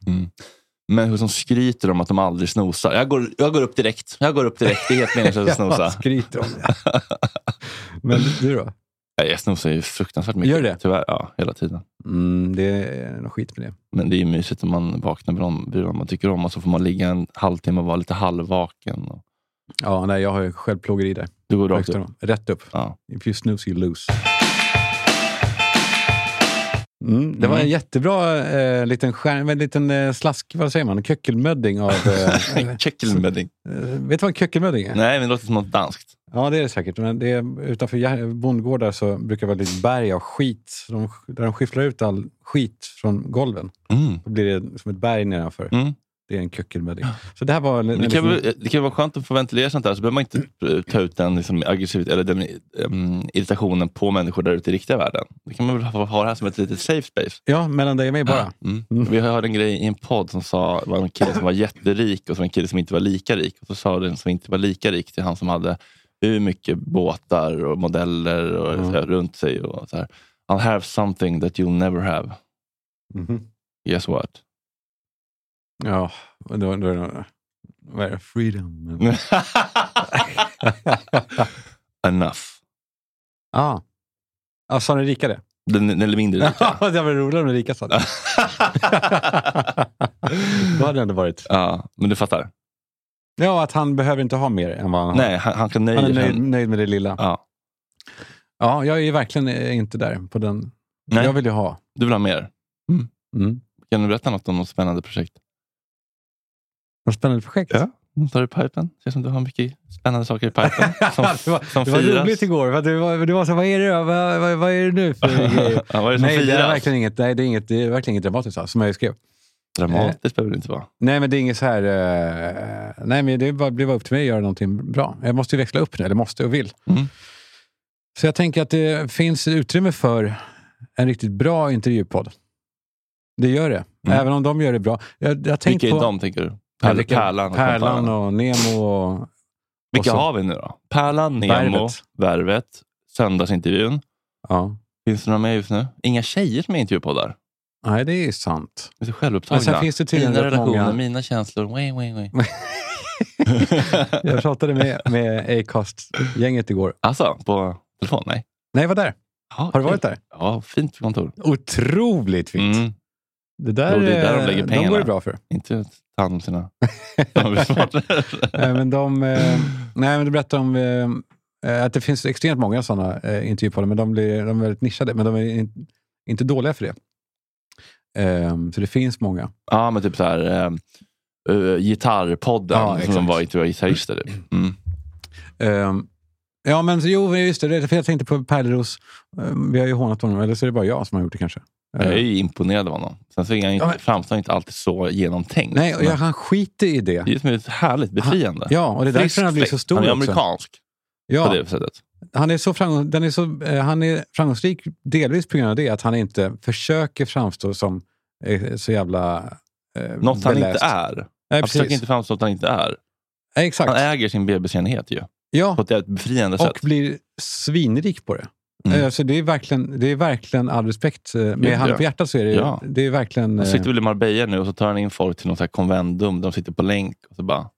Människor som skryter om att de aldrig snosar. Jag går, jag går upp direkt. Jag går upp direkt. Det är helt meningslöst att
(laughs) Ja,
snosa.
skryter om det.
(laughs)
Men du då?
Nej, Jag snosar ju fruktansvärt mycket.
Gör det?
Tyvärr, ja. Hela tiden.
Mm, det är något skit med det.
Men det är ju mysigt om man vaknar med de brudar man tycker om och så får man ligga en halvtimme och vara lite halvvaken. Och
Ja, nej, jag har ju självplågeri där.
du går rakt
Högst
upp.
upp. Rätt upp.
Ja. (laughs)
If you snooze, you lose. Mm, det var
Mm.
en jättebra eh, liten, skärm, en liten eh, slask, vad säger man, köckelmödding av...
(laughs)
Eh, eh,
Köckelmödding.
(laughs) vet du vad en köckelmödding är?
Nej, men det låter som något danskt.
Ja, det är det säkert. Men det är, utanför jär- bondgårdar så brukar det vara ett berg av skit. De, där de skyfflar ut all skit från golven.
Mm.
Då blir det som ett berg nedanför.
Mm.
Det är en kuckelmudding. Så det här var... en- en
Det kan,
liten-
väl, det kan vara skönt att få ventilera sånt där så behöver man inte eh, ta ut den liksom, aggressivitet eller den ehm, irritationen på människor där ute i riktiga världen. Det kan man väl ha, ha det här som ett litet safe space.
Ja, mellan dig och mig bara.
Mm. Vi hörde en grej i en podd som sa det var en kille som var jätterik och så en kille som inte var lika rik. Och så sa den som inte var lika rik till han som hade hur mycket båtar och modeller och så här, runt sig. Och så här, I'll have something that you'll never have.
Mhm.
Guess what? (laughs)
Ja, och då, då, då, vad är det? Freedom.
Enough.
Ja. Ah, sa den rika det?
Den, den är mindre rika.
(laughs) Ja, det var roligare om den rika sa
(laughs)
det. Då hade det ändå varit.
(laughs) ja, men du fattar.
Ja, att han behöver inte ha mer än vad han har.
Nej, han, han kan nöja
Han är
sig.
nöjd, nöjd med det lilla. Ja.
Ja.
jag är verkligen eh, inte där på den.
Nej.
Jag vill ju ha.
Du vill ha mer?
Mm.
Kan du berätta något om något spännande projekt?
Vad spännande (laughs) projekt.
Ja. (laughs) Mm. Tar du i pipen? Ser som du har mycket spännande saker i (laughs) pipen. Som,
det var,
som
det var
firas.
roligt igår. för att Du var, du var så här, vad är det då? vad, vad, vad är det nu för grej?
(laughs) ja, vad är det som
Nej, det är
firas?
verkligen inget, nej, det är inget, det är verkligen inget dramatiskt alls, som jag ju skrev.
Dramatiskt behöver det inte vara.
Nej, men det är inget så här... eh, nej, men det bara- blir bara upp till mig att göra någonting bra. Jag måste ju växla upp nu, eller måste och vill.
Mm.
Så jag tänker att det finns utrymme för en riktigt bra intervjupodd. Det gör det.
Mm.
Även om de gör det bra. Jag, jag har tänkt
Vilka är
på,
de, tänker du?
Ja,
Pär,
vilka-
pärlan och
Pärlan
Kampanen.
och Nemo och...
Vilka
och så-
har vi nu då? Pärlan, Nemo,
Värvet.
Värvet, Söndagsintervjun.
Ja.
Finns det några med just nu? Inga tjejer som är intervjupoddar.
Nej, det är sant.
De är så
Men
självupptagna.
sen finns det tydligen
mina
rätt
relationer,
många-
mina känslor. Wait, wait,
(laughs)
wait.
Jag pratade med, med Acast-gänget igår.
Alltså, på telefon? Nej.
Nej, jag var där.
Ja,
Har
kul.
du varit där?
Ja, fint kontor.
Otroligt fint.
Mm,
Det där,
Jo, det är där de
eh,
lägger
de går det
pengarna.
bra för.
inte att ta hand om (laughs) sina samarbetspartner.
Nej, men de, eh, nej, men du berättade om eh, eh, att det finns extremt många sådana eh, intervjupoddar, men de, blir, de är väldigt nischade. Men de är in, inte dåliga för det. Ehm, så det finns många.
Ja, men typ så här... eh, eh, gitarrpodden
Ja,
som de
exakt.
var intervjuade gitarrister. typ. Mm.
Ehm, ja, men så- jo, just det. det är för jag tänkte på Pärleros. Ehm, vi har ju hånat honom, eller så är det bara jag som har gjort det kanske. Ehm,
Jag är ju imponerad av honom. Sen så är han ju,
Ja, men-
framstår han inte alltid så genomtänkt.
nej, och jag,
Men
han skiter i det.
Det är som ett härligt befriande.
Ja, och det är
Frisk
därför han blir så
fläkt.
stor
Han är
också.
amerikansk på
Ja,
det sättet.
han, är så framgång, den är så, eh, han är framgångsrik delvis på grund av det, att han inte försöker framstå som eh, så jävla eh,
Något han
beläst.
inte är.
Nej,
Han försöker
precis.
inte framstå att han inte är.
Nej, exakt.
Han äger sin bebistjänighet ju. På
ja,
ett jävligt befriande
och
sätt.
blir svinrik på det.
Mm.
Eh, Så det är verkligen, det är verkligen all respekt. eh, Med
ja.
handen på hjärtat så är det,
Ja.
det är verkligen...
Han
eh,
sitter väl i Marbella nu och så tar han in folk till något så här konvendum. De sitter på länk och så bara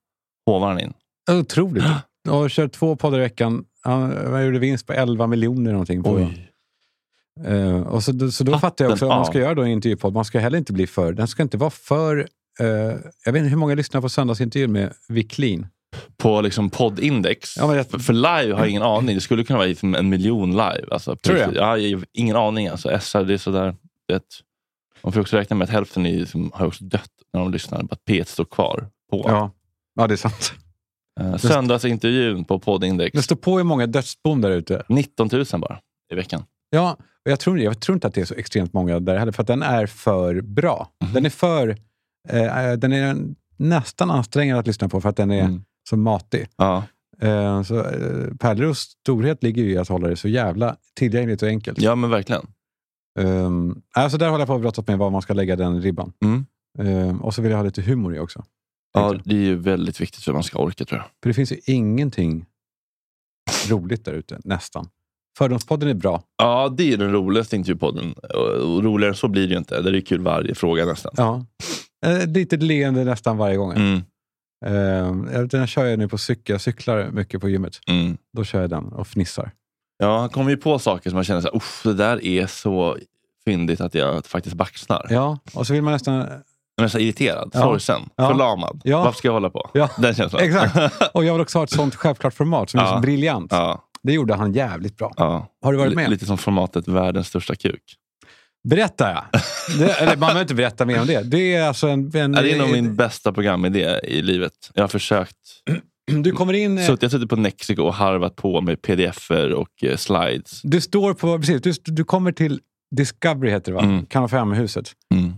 hovar han in.
eh,
(gasps)
Otroligt. Och kör två poddar i veckan. Han han gjorde vinst på 11 miljoner någonting. På, Eh, och så, så då
Hatten
fattar jag också, om man
av.
ska göra då en intervjupodd, man ska heller inte bli för... Den ska inte vara för... eh, jag vet inte hur många lyssnar på söndagsintervjun med Wiklin.
På liksom poddindex.
Ja, men jag-
För- För live har jag ingen aning. Det skulle kunna vara i- en miljon live. Alltså,
Tror du
precis.
det?
Ja, jag har ingen aning. Alltså, SR, det är sådär. Vet, man får också räkna med att hälften är, som har också dött när de lyssnar. Bara att P1 står kvar. på.
Ja. ja, det är sant.
Eh, söndagsintervjun på poddindex.
Det står på hur många dödsbon där ute.
19 000 bara i veckan.
Ja, och jag tror, jag tror inte att det är så extremt många där heller, för att den är för bra. Den är för... eh, den är nästan ansträngande att lyssna på för att den är
Mm.
så matig.
Ja.
Eh, så, eh, Pärleros storhet ligger ju i att hålla det så jävla tillgängligt och enkelt.
ja, men verkligen.
Um, alltså där håller jag på att brottas med var man ska lägga den ribban.
Mm.
Ehm, och så vill jag ha lite humor i också.
Ja,
Egentligen.
det är ju väldigt viktigt för att man ska orka tror jag.
För det finns ju ingenting roligt där ute, nästan. Fördomspodden är bra.
Ja, det är den roligaste intervjupodden. Och och roligare än så blir det ju inte. Det är ju kul varje fråga nästan.
Ja. Ett litet Eh, leende nästan varje gång.
Mm,
Ehm, jag vet den här kör jag nu på cykel. Jag cyklar mycket på gymmet.
mm.
Då kör jag den och fnissar.
Ja, han kommer ju på saker som man känner så här, "Uff, det där är så fyndigt att jag faktiskt baxnar.
Ja, och så vill man nästan...
Jag är så irriterad,
Ja.
sorgsen,
Ja.
förlamad.
Ja.
Varför ska jag hålla på?
Ja.
Den känslan.
Exakt. Och jag vill också ha ett sånt självklart format som är
Ja.
så
(laughs)
briljant.
ja,
Det gjorde han jävligt bra.
ja.
Har du varit
Li-
med?
Lite som formatet världens största kuk.
Berättar jag?
(laughs)
Det, eller man behöver inte berätta mer om det. Det är alltså en... en
Ja, det är nog min bästa programidé i livet. Jag har försökt
Du kommer in... eh,
Suttit, jag har suttit på Nexiko och harvat på med pdf-er och eh, slides.
Du står på... Precis, du, du kommer till Discovery heter det va?
Mm.
Kanal 5-huset.
Mm.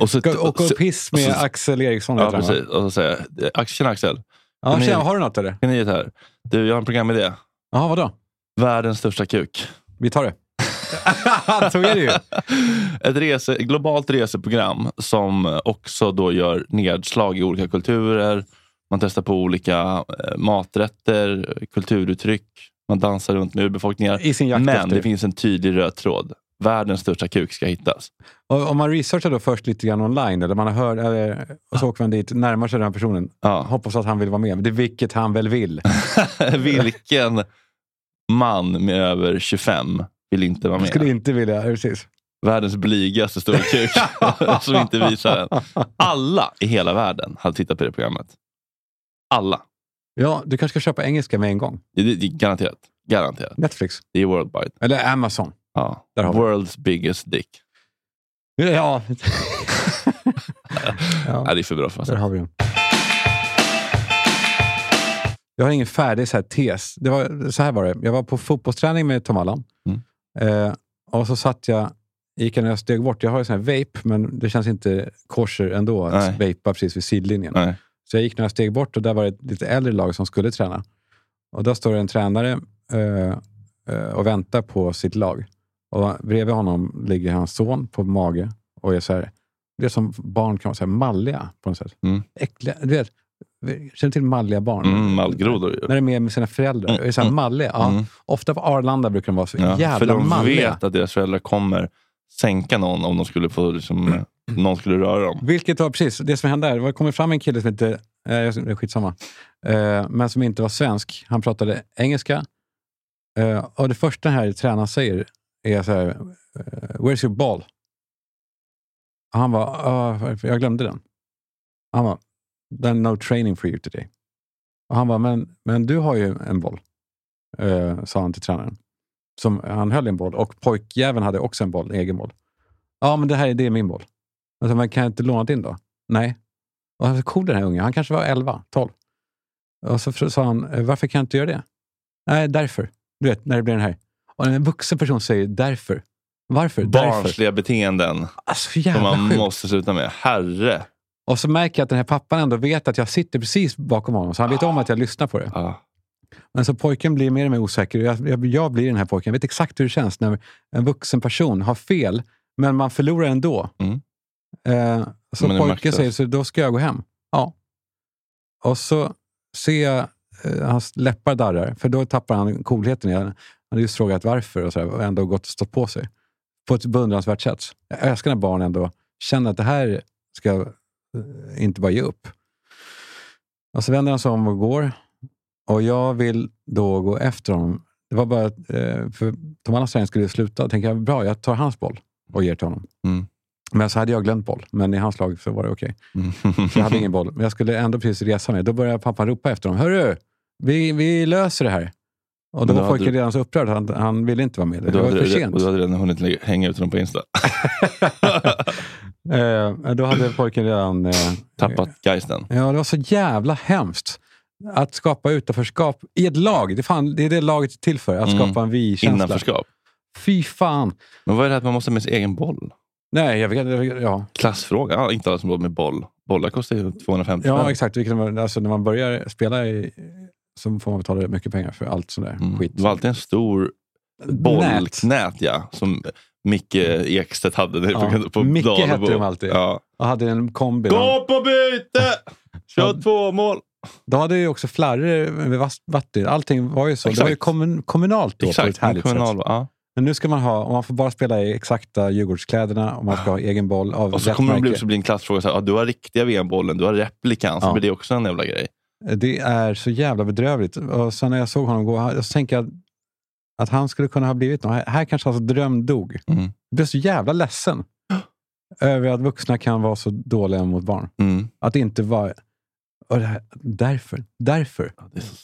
Och så-
Gå- Åka upp hiss med
och så-
Axel Eriksson.
Ja,
heter han, va?
precis. Och så säger jag, Axel, tjena Axel.
Ja,
Men-
tjena, har du något eller?
Geniet här. Du, jag har en programidé.
Jaha, vadå?
Världens största kuk. (laughs)
Vi tar det. (laughs) Så är det ju.
Ett rese, globalt reseprogram som också då gör nedslag i olika kulturer. Man testar på olika eh, maträtter, kulturuttryck. Man dansar runt med urbefolkningar.
I sin typ. jakt
Men
efter.
det finns en tydlig röd tråd. Världens största kuk ska hittas.
Och om man researchar då först lite grann online, eller man har hört, eller, och så åker man dit, närmar sig den här personen,
Ja.
hoppas att han vill vara med, det är vilket han väl vill.
(laughs) Vilken man med över 25 vill inte vara med?
Skulle inte vilja, ja, precis.
Världens blygaste stora
(laughs)
kuk som inte visar den. Alla i hela världen hade tittat på det programmet. Alla.
Ja, du kanske ska köpa engelska med en gång.
Det, det, det, är garanterat. Garanterat.
Netflix.
Det är Worldwide.
Eller Amazon.
Ja.
Där har vi.
World's biggest dick.
(laughs) Ja,
Nej, det är för bra för
där
mig.
har vi den. Jag har ingen färdig så här tes. Det var, så här var det. Jag var på fotbollsträning med Tom Allan.
Mm.
Eh, och så satt jag, gick jag när jag steg bort. Jag har ju sån här vape, men det känns inte kosher ändå att
Nej.
vapea precis vid sidlinjen.
Nej.
Så jag gick några steg bort och där var det ett lite äldre lag som skulle träna. Och där står det en tränare eh, eh, och väntar på sitt lag. Och bredvid honom ligger hans son på mage och är så här, det är som barn kan vara så här malliga på något sätt.
Mm.
Äckliga, du vet, känner du till malliga barn?
Mm, mallgrodor ju.
När de är med, med sina föräldrar.
Mm,
Är så här
mm,
malliga. Ja.
mm.
Ofta på Arlanda brukar de vara så
Ja,
jävla
för de
malliga.
vet att deras föräldrar kommer sänka någon om de skulle få, liksom, någon skulle röra dem.
Vilket var precis det som hände. här. Det var- kom fram en kille som inte, eh, skitsamma, eh, men som inte var svensk. Han pratade engelska. Eh, och det första här tränaren säger är så här, eh, “Where's your ball?” och Han var “Ah, “Jag glömde den”. Han var “Then no training for you today”. Och han var “Men, men du har ju en boll”, eh, sa han till tränaren. Som, han höll i en boll och pojkjäveln hade också en boll, en egen boll. “Ja, men det här är, det är min boll.” Alltså, men kan jag inte låna din då? Nej. Och han var cool den här ungen. Han kanske var 11, 12. Och så fr- sa han, "Eh, varför kan jag inte göra det? Nej, därför. Du vet, när det blir den här. Och när en vuxen person säger därför. Varför? Därför.
Barnsliga beteenden
Alltså
som
jävla
man
sjukt.
måste sluta med. Herre.
Och så märker jag att den här pappan ändå vet att jag sitter precis bakom honom. Så han vet om att jag lyssnar på det.
Ja.
Men så pojken blir mer och mer osäker. Jag, jag, jag blir den här pojken. Jag vet exakt hur det känns när en vuxen person har fel, men man förlorar ändå.
Mm.
Eh, så
Man är
pojken
maktlös.
säger, så då ska jag gå hem. Ja. Och så ser jag eh, hans läppar darrar, för då tappar han coolheten igen. Han hade just frågat varför och, så där, och ändå gått och stått på sig. På ett beundransvärt sätt. Jag älskar när barn ändå känner att det här ska jag eh, inte bara ge upp. Och så vänder han sig om och går. Och jag vill då gå efter honom. Det var bara att, eh, för Tom Allan Stern skulle sluta. Då tänkte jag, bra, jag tar hans boll och ger till honom.
Mm.
Men så hade jag glömt boll, men i hans lag så var det okej. Så jag hade ingen boll. Men jag skulle ändå precis resa mig. Då började pappan ropa efter honom. Hörru, vi, vi löser det här. Och då
Men då
var
hade
pojken
du-
redan så upprörd. Han, han ville inte vara med.
Och
Det
du
var
hade
för
redan-
sent.
och du hade redan hunnit lägga- hänga ut dem på Insta.
Eh, då hade pojken redan... Eh,
Tappat geisten.
Ja, det var så jävla hemskt. Att skapa utanförskap i ett lag. Det, är fan, det är det laget är till för. Att
Mm.
skapa en vi-känsla.
Innanförskap.
Fy fan.
Men vad är det här att man måste med sin egen boll?
Nej, jag vet. jag vet- Ja,
Klassfråga. Ja, inte alla som har med boll. Bollar kostar ju 250
ja
spänn.
exakt. Vilket, man- alltså, när man börjar spela i, så får man betala mycket pengar för allt sånt där
Mm.
skit.
Det var alltid en stor
Nät.
bollknät ja, som Micke Ekstedt hade nere
Ja,
på, på
Micke
Dalbo.
hette de alltid.
Ja.
Jag hade en kombi.
Gå på byte! Kör två mål!
Då hade ju också flarror med vas- vatten. Allting var ju så. Det var ju
Exakt.
kommun, kommunalt då på ett
Exakt, en
härligt
kommunal.
sätt.
Ja.
Men nu ska man ha, och man får bara spela i exakta Djurgårdskläderna och man ska ha egen boll av
Ah. Och så
rätt
kommer det bli,
märke.
så blir en klassfråga. Så här, ja, du har riktiga VM-bollen, du har replikan. Så
Ja.
blir det också en jävla grej.
Eh, Det är så jävla bedrövligt. Och sen när jag såg honom gå, han- så tänkte jag att han skulle kunna ha blivit någon. Här- Här kanske hans dröm dog.
Mm.
Jag blev så
(gasps)
jävla ledsen över att vuxna kan vara så dåliga mot barn.
Mm.
Att det inte vara... Och det här, därför. Därför.
Ja, det är så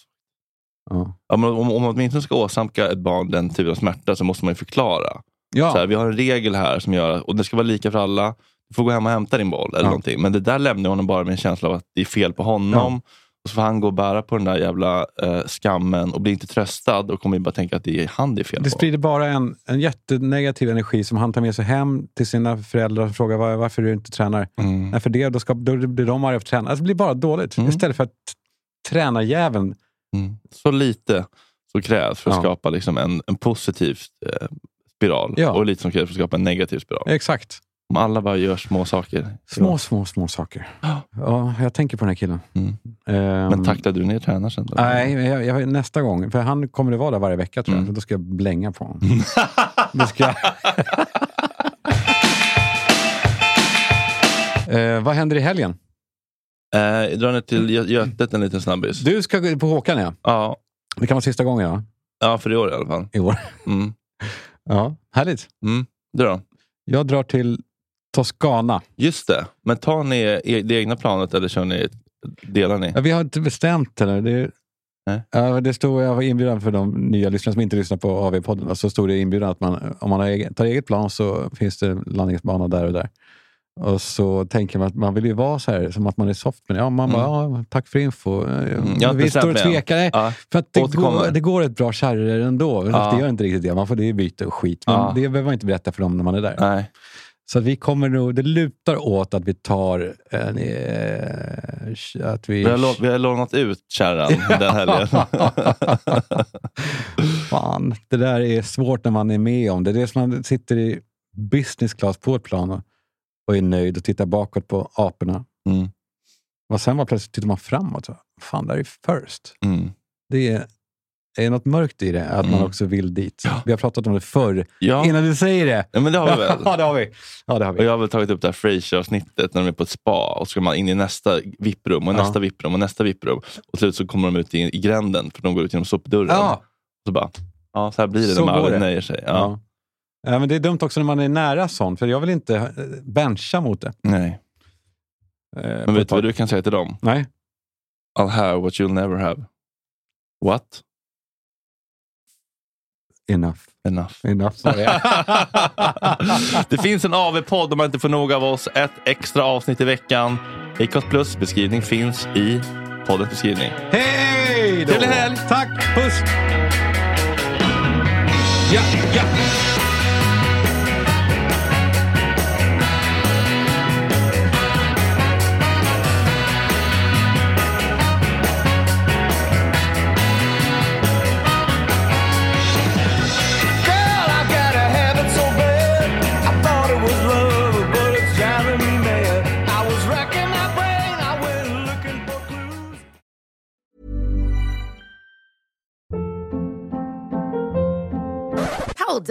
Ja.
Ja, men om, om man åtminstone ska åsamka ett barn den typen av smärta så måste man ju förklara. Så här,
Ja.
vi har en regel här som gör att- och det ska vara lika för alla. Du får gå hem och hämta din boll eller
Ja.
någonting. Men det där lämnar honom bara med en känsla av att det är fel på honom. Och så får han gå och bära på den där jävla eh, skammen och blir inte tröstad och kommer ju bara tänka att det är han det är fel
Det
på.
sprider bara en, en jättenegativ energi som han tar med sig hem till sina föräldrar och frågar "Var- varför du inte tränar.
Mm.
Nej, för det, då, ska, då blir de arga för tränaren. Alltså, det blir bara dåligt.
Mm.
Istället för att t- tränarjäveln
Mm. Så lite som krävs för att
Ja.
skapa liksom en, en positiv eh, spiral
Ja.
och lite som krävs för att skapa en negativ spiral.
Exakt.
Om alla bara gör små saker.
Små, små, små saker. Ja, jag tänker på den här killen.
Mm.
Ehm,
Men tacklar du ner tränaren sen? Då?
Nej, men jag, jag, nästa gång. För han kommer att vara där varje vecka tror jag.
Mm.
Så Då ska jag blänga på honom. (laughs) Då ska jag... (laughs) Eh, vad händer i helgen?
Eh, dra ner till Gö- Götet en liten snabbis.
Du ska gå på Håkan, ja.
Ja,
Det kan vara sista gången, ja.
ja, för i år i alla fall.
I år.
Mm.
Ja, härligt.
Mm. Du då?
Jag drar till Toscana.
Just det, men tar ni e- det egna planet eller kör ni, delar ni?
Ja, vi har inte bestämt det. nu. det
Nej.
Ja, det stod, jag var inbjudan för de nya lyssnare som inte lyssnar på AV-podden. Så stod det i inbjudan att man, om man har eget, tar eget plan så finns det landningsbana där och där. Och så tänker man att man vill ju vara så här, som att man är soft. Men ja, man
Mm.
bara, ja, tack för info.
Mm, jag har inte
vi står
bestämt
och
mig än.
tvekar. Nej,
Ja.
För att det,
Återkommer.
går, det går ett bra kärrer ändå.
Ja.
Det gör inte riktigt det. Man får det i byte och skit. Men
Ja.
det behöver man inte berätta för dem när man är där.
Nej.
Så att vi kommer nog, det lutar åt att vi tar en... Eh, sh- att vi...
Vi, har lå- vi har lånat ut
(laughs)
kärran den helgen. (laughs)
Fan, det där är svårt när man är med om det. Det är som man sitter i business class på ett plan och, och är nöjd och tittar bakåt på aporna.
Mm.
Och sen var plötsligt tittar man framåt. Så, Fan, där är first.
Mm.
Det är, är något mörkt i det, att
Mm.
man också vill dit. Vi har pratat om det förr,
Ja.
innan du säger det.
ja, men det har vi väl.
(laughs) ja, det har vi. Ja, det har
Och
vi.
jag har väl tagit upp det här Frasier-avsnittet när de är på ett spa och så ska man in i nästa VIP-rum och
Ja.
nästa VIP-rum och nästa VIP-rum. Och till slut så kommer de ut i, i gränden för de går ut genom sopdörren.
Ja,
Så bara, ja, så här blir det
Så
när man
går
aldrig
det.
nöjer sig. Ja.
ja. Ja, men det är dumt också när man är nära sånt, för jag vill inte eh, bencha mot det.
Nej.
eh, på
Men vet
ett
du vad
tag.
du kan säga till dem?
Nej.
I'll have what you'll never have. What?
Enough.
Enough. (laughs)
Enough, sa jag.
det finns en AV-podd om man inte får nog av oss. Ett extra avsnitt i veckan. Acast Plus beskrivning finns i poddens beskrivning.
Hej då!
Trevlig helg!
Tack! Puss! Ja, ja!
Girl, I got a habit so bad. I thought it was love, but it's driving me mad. I was racking my brain, I went looking for clues.
Hold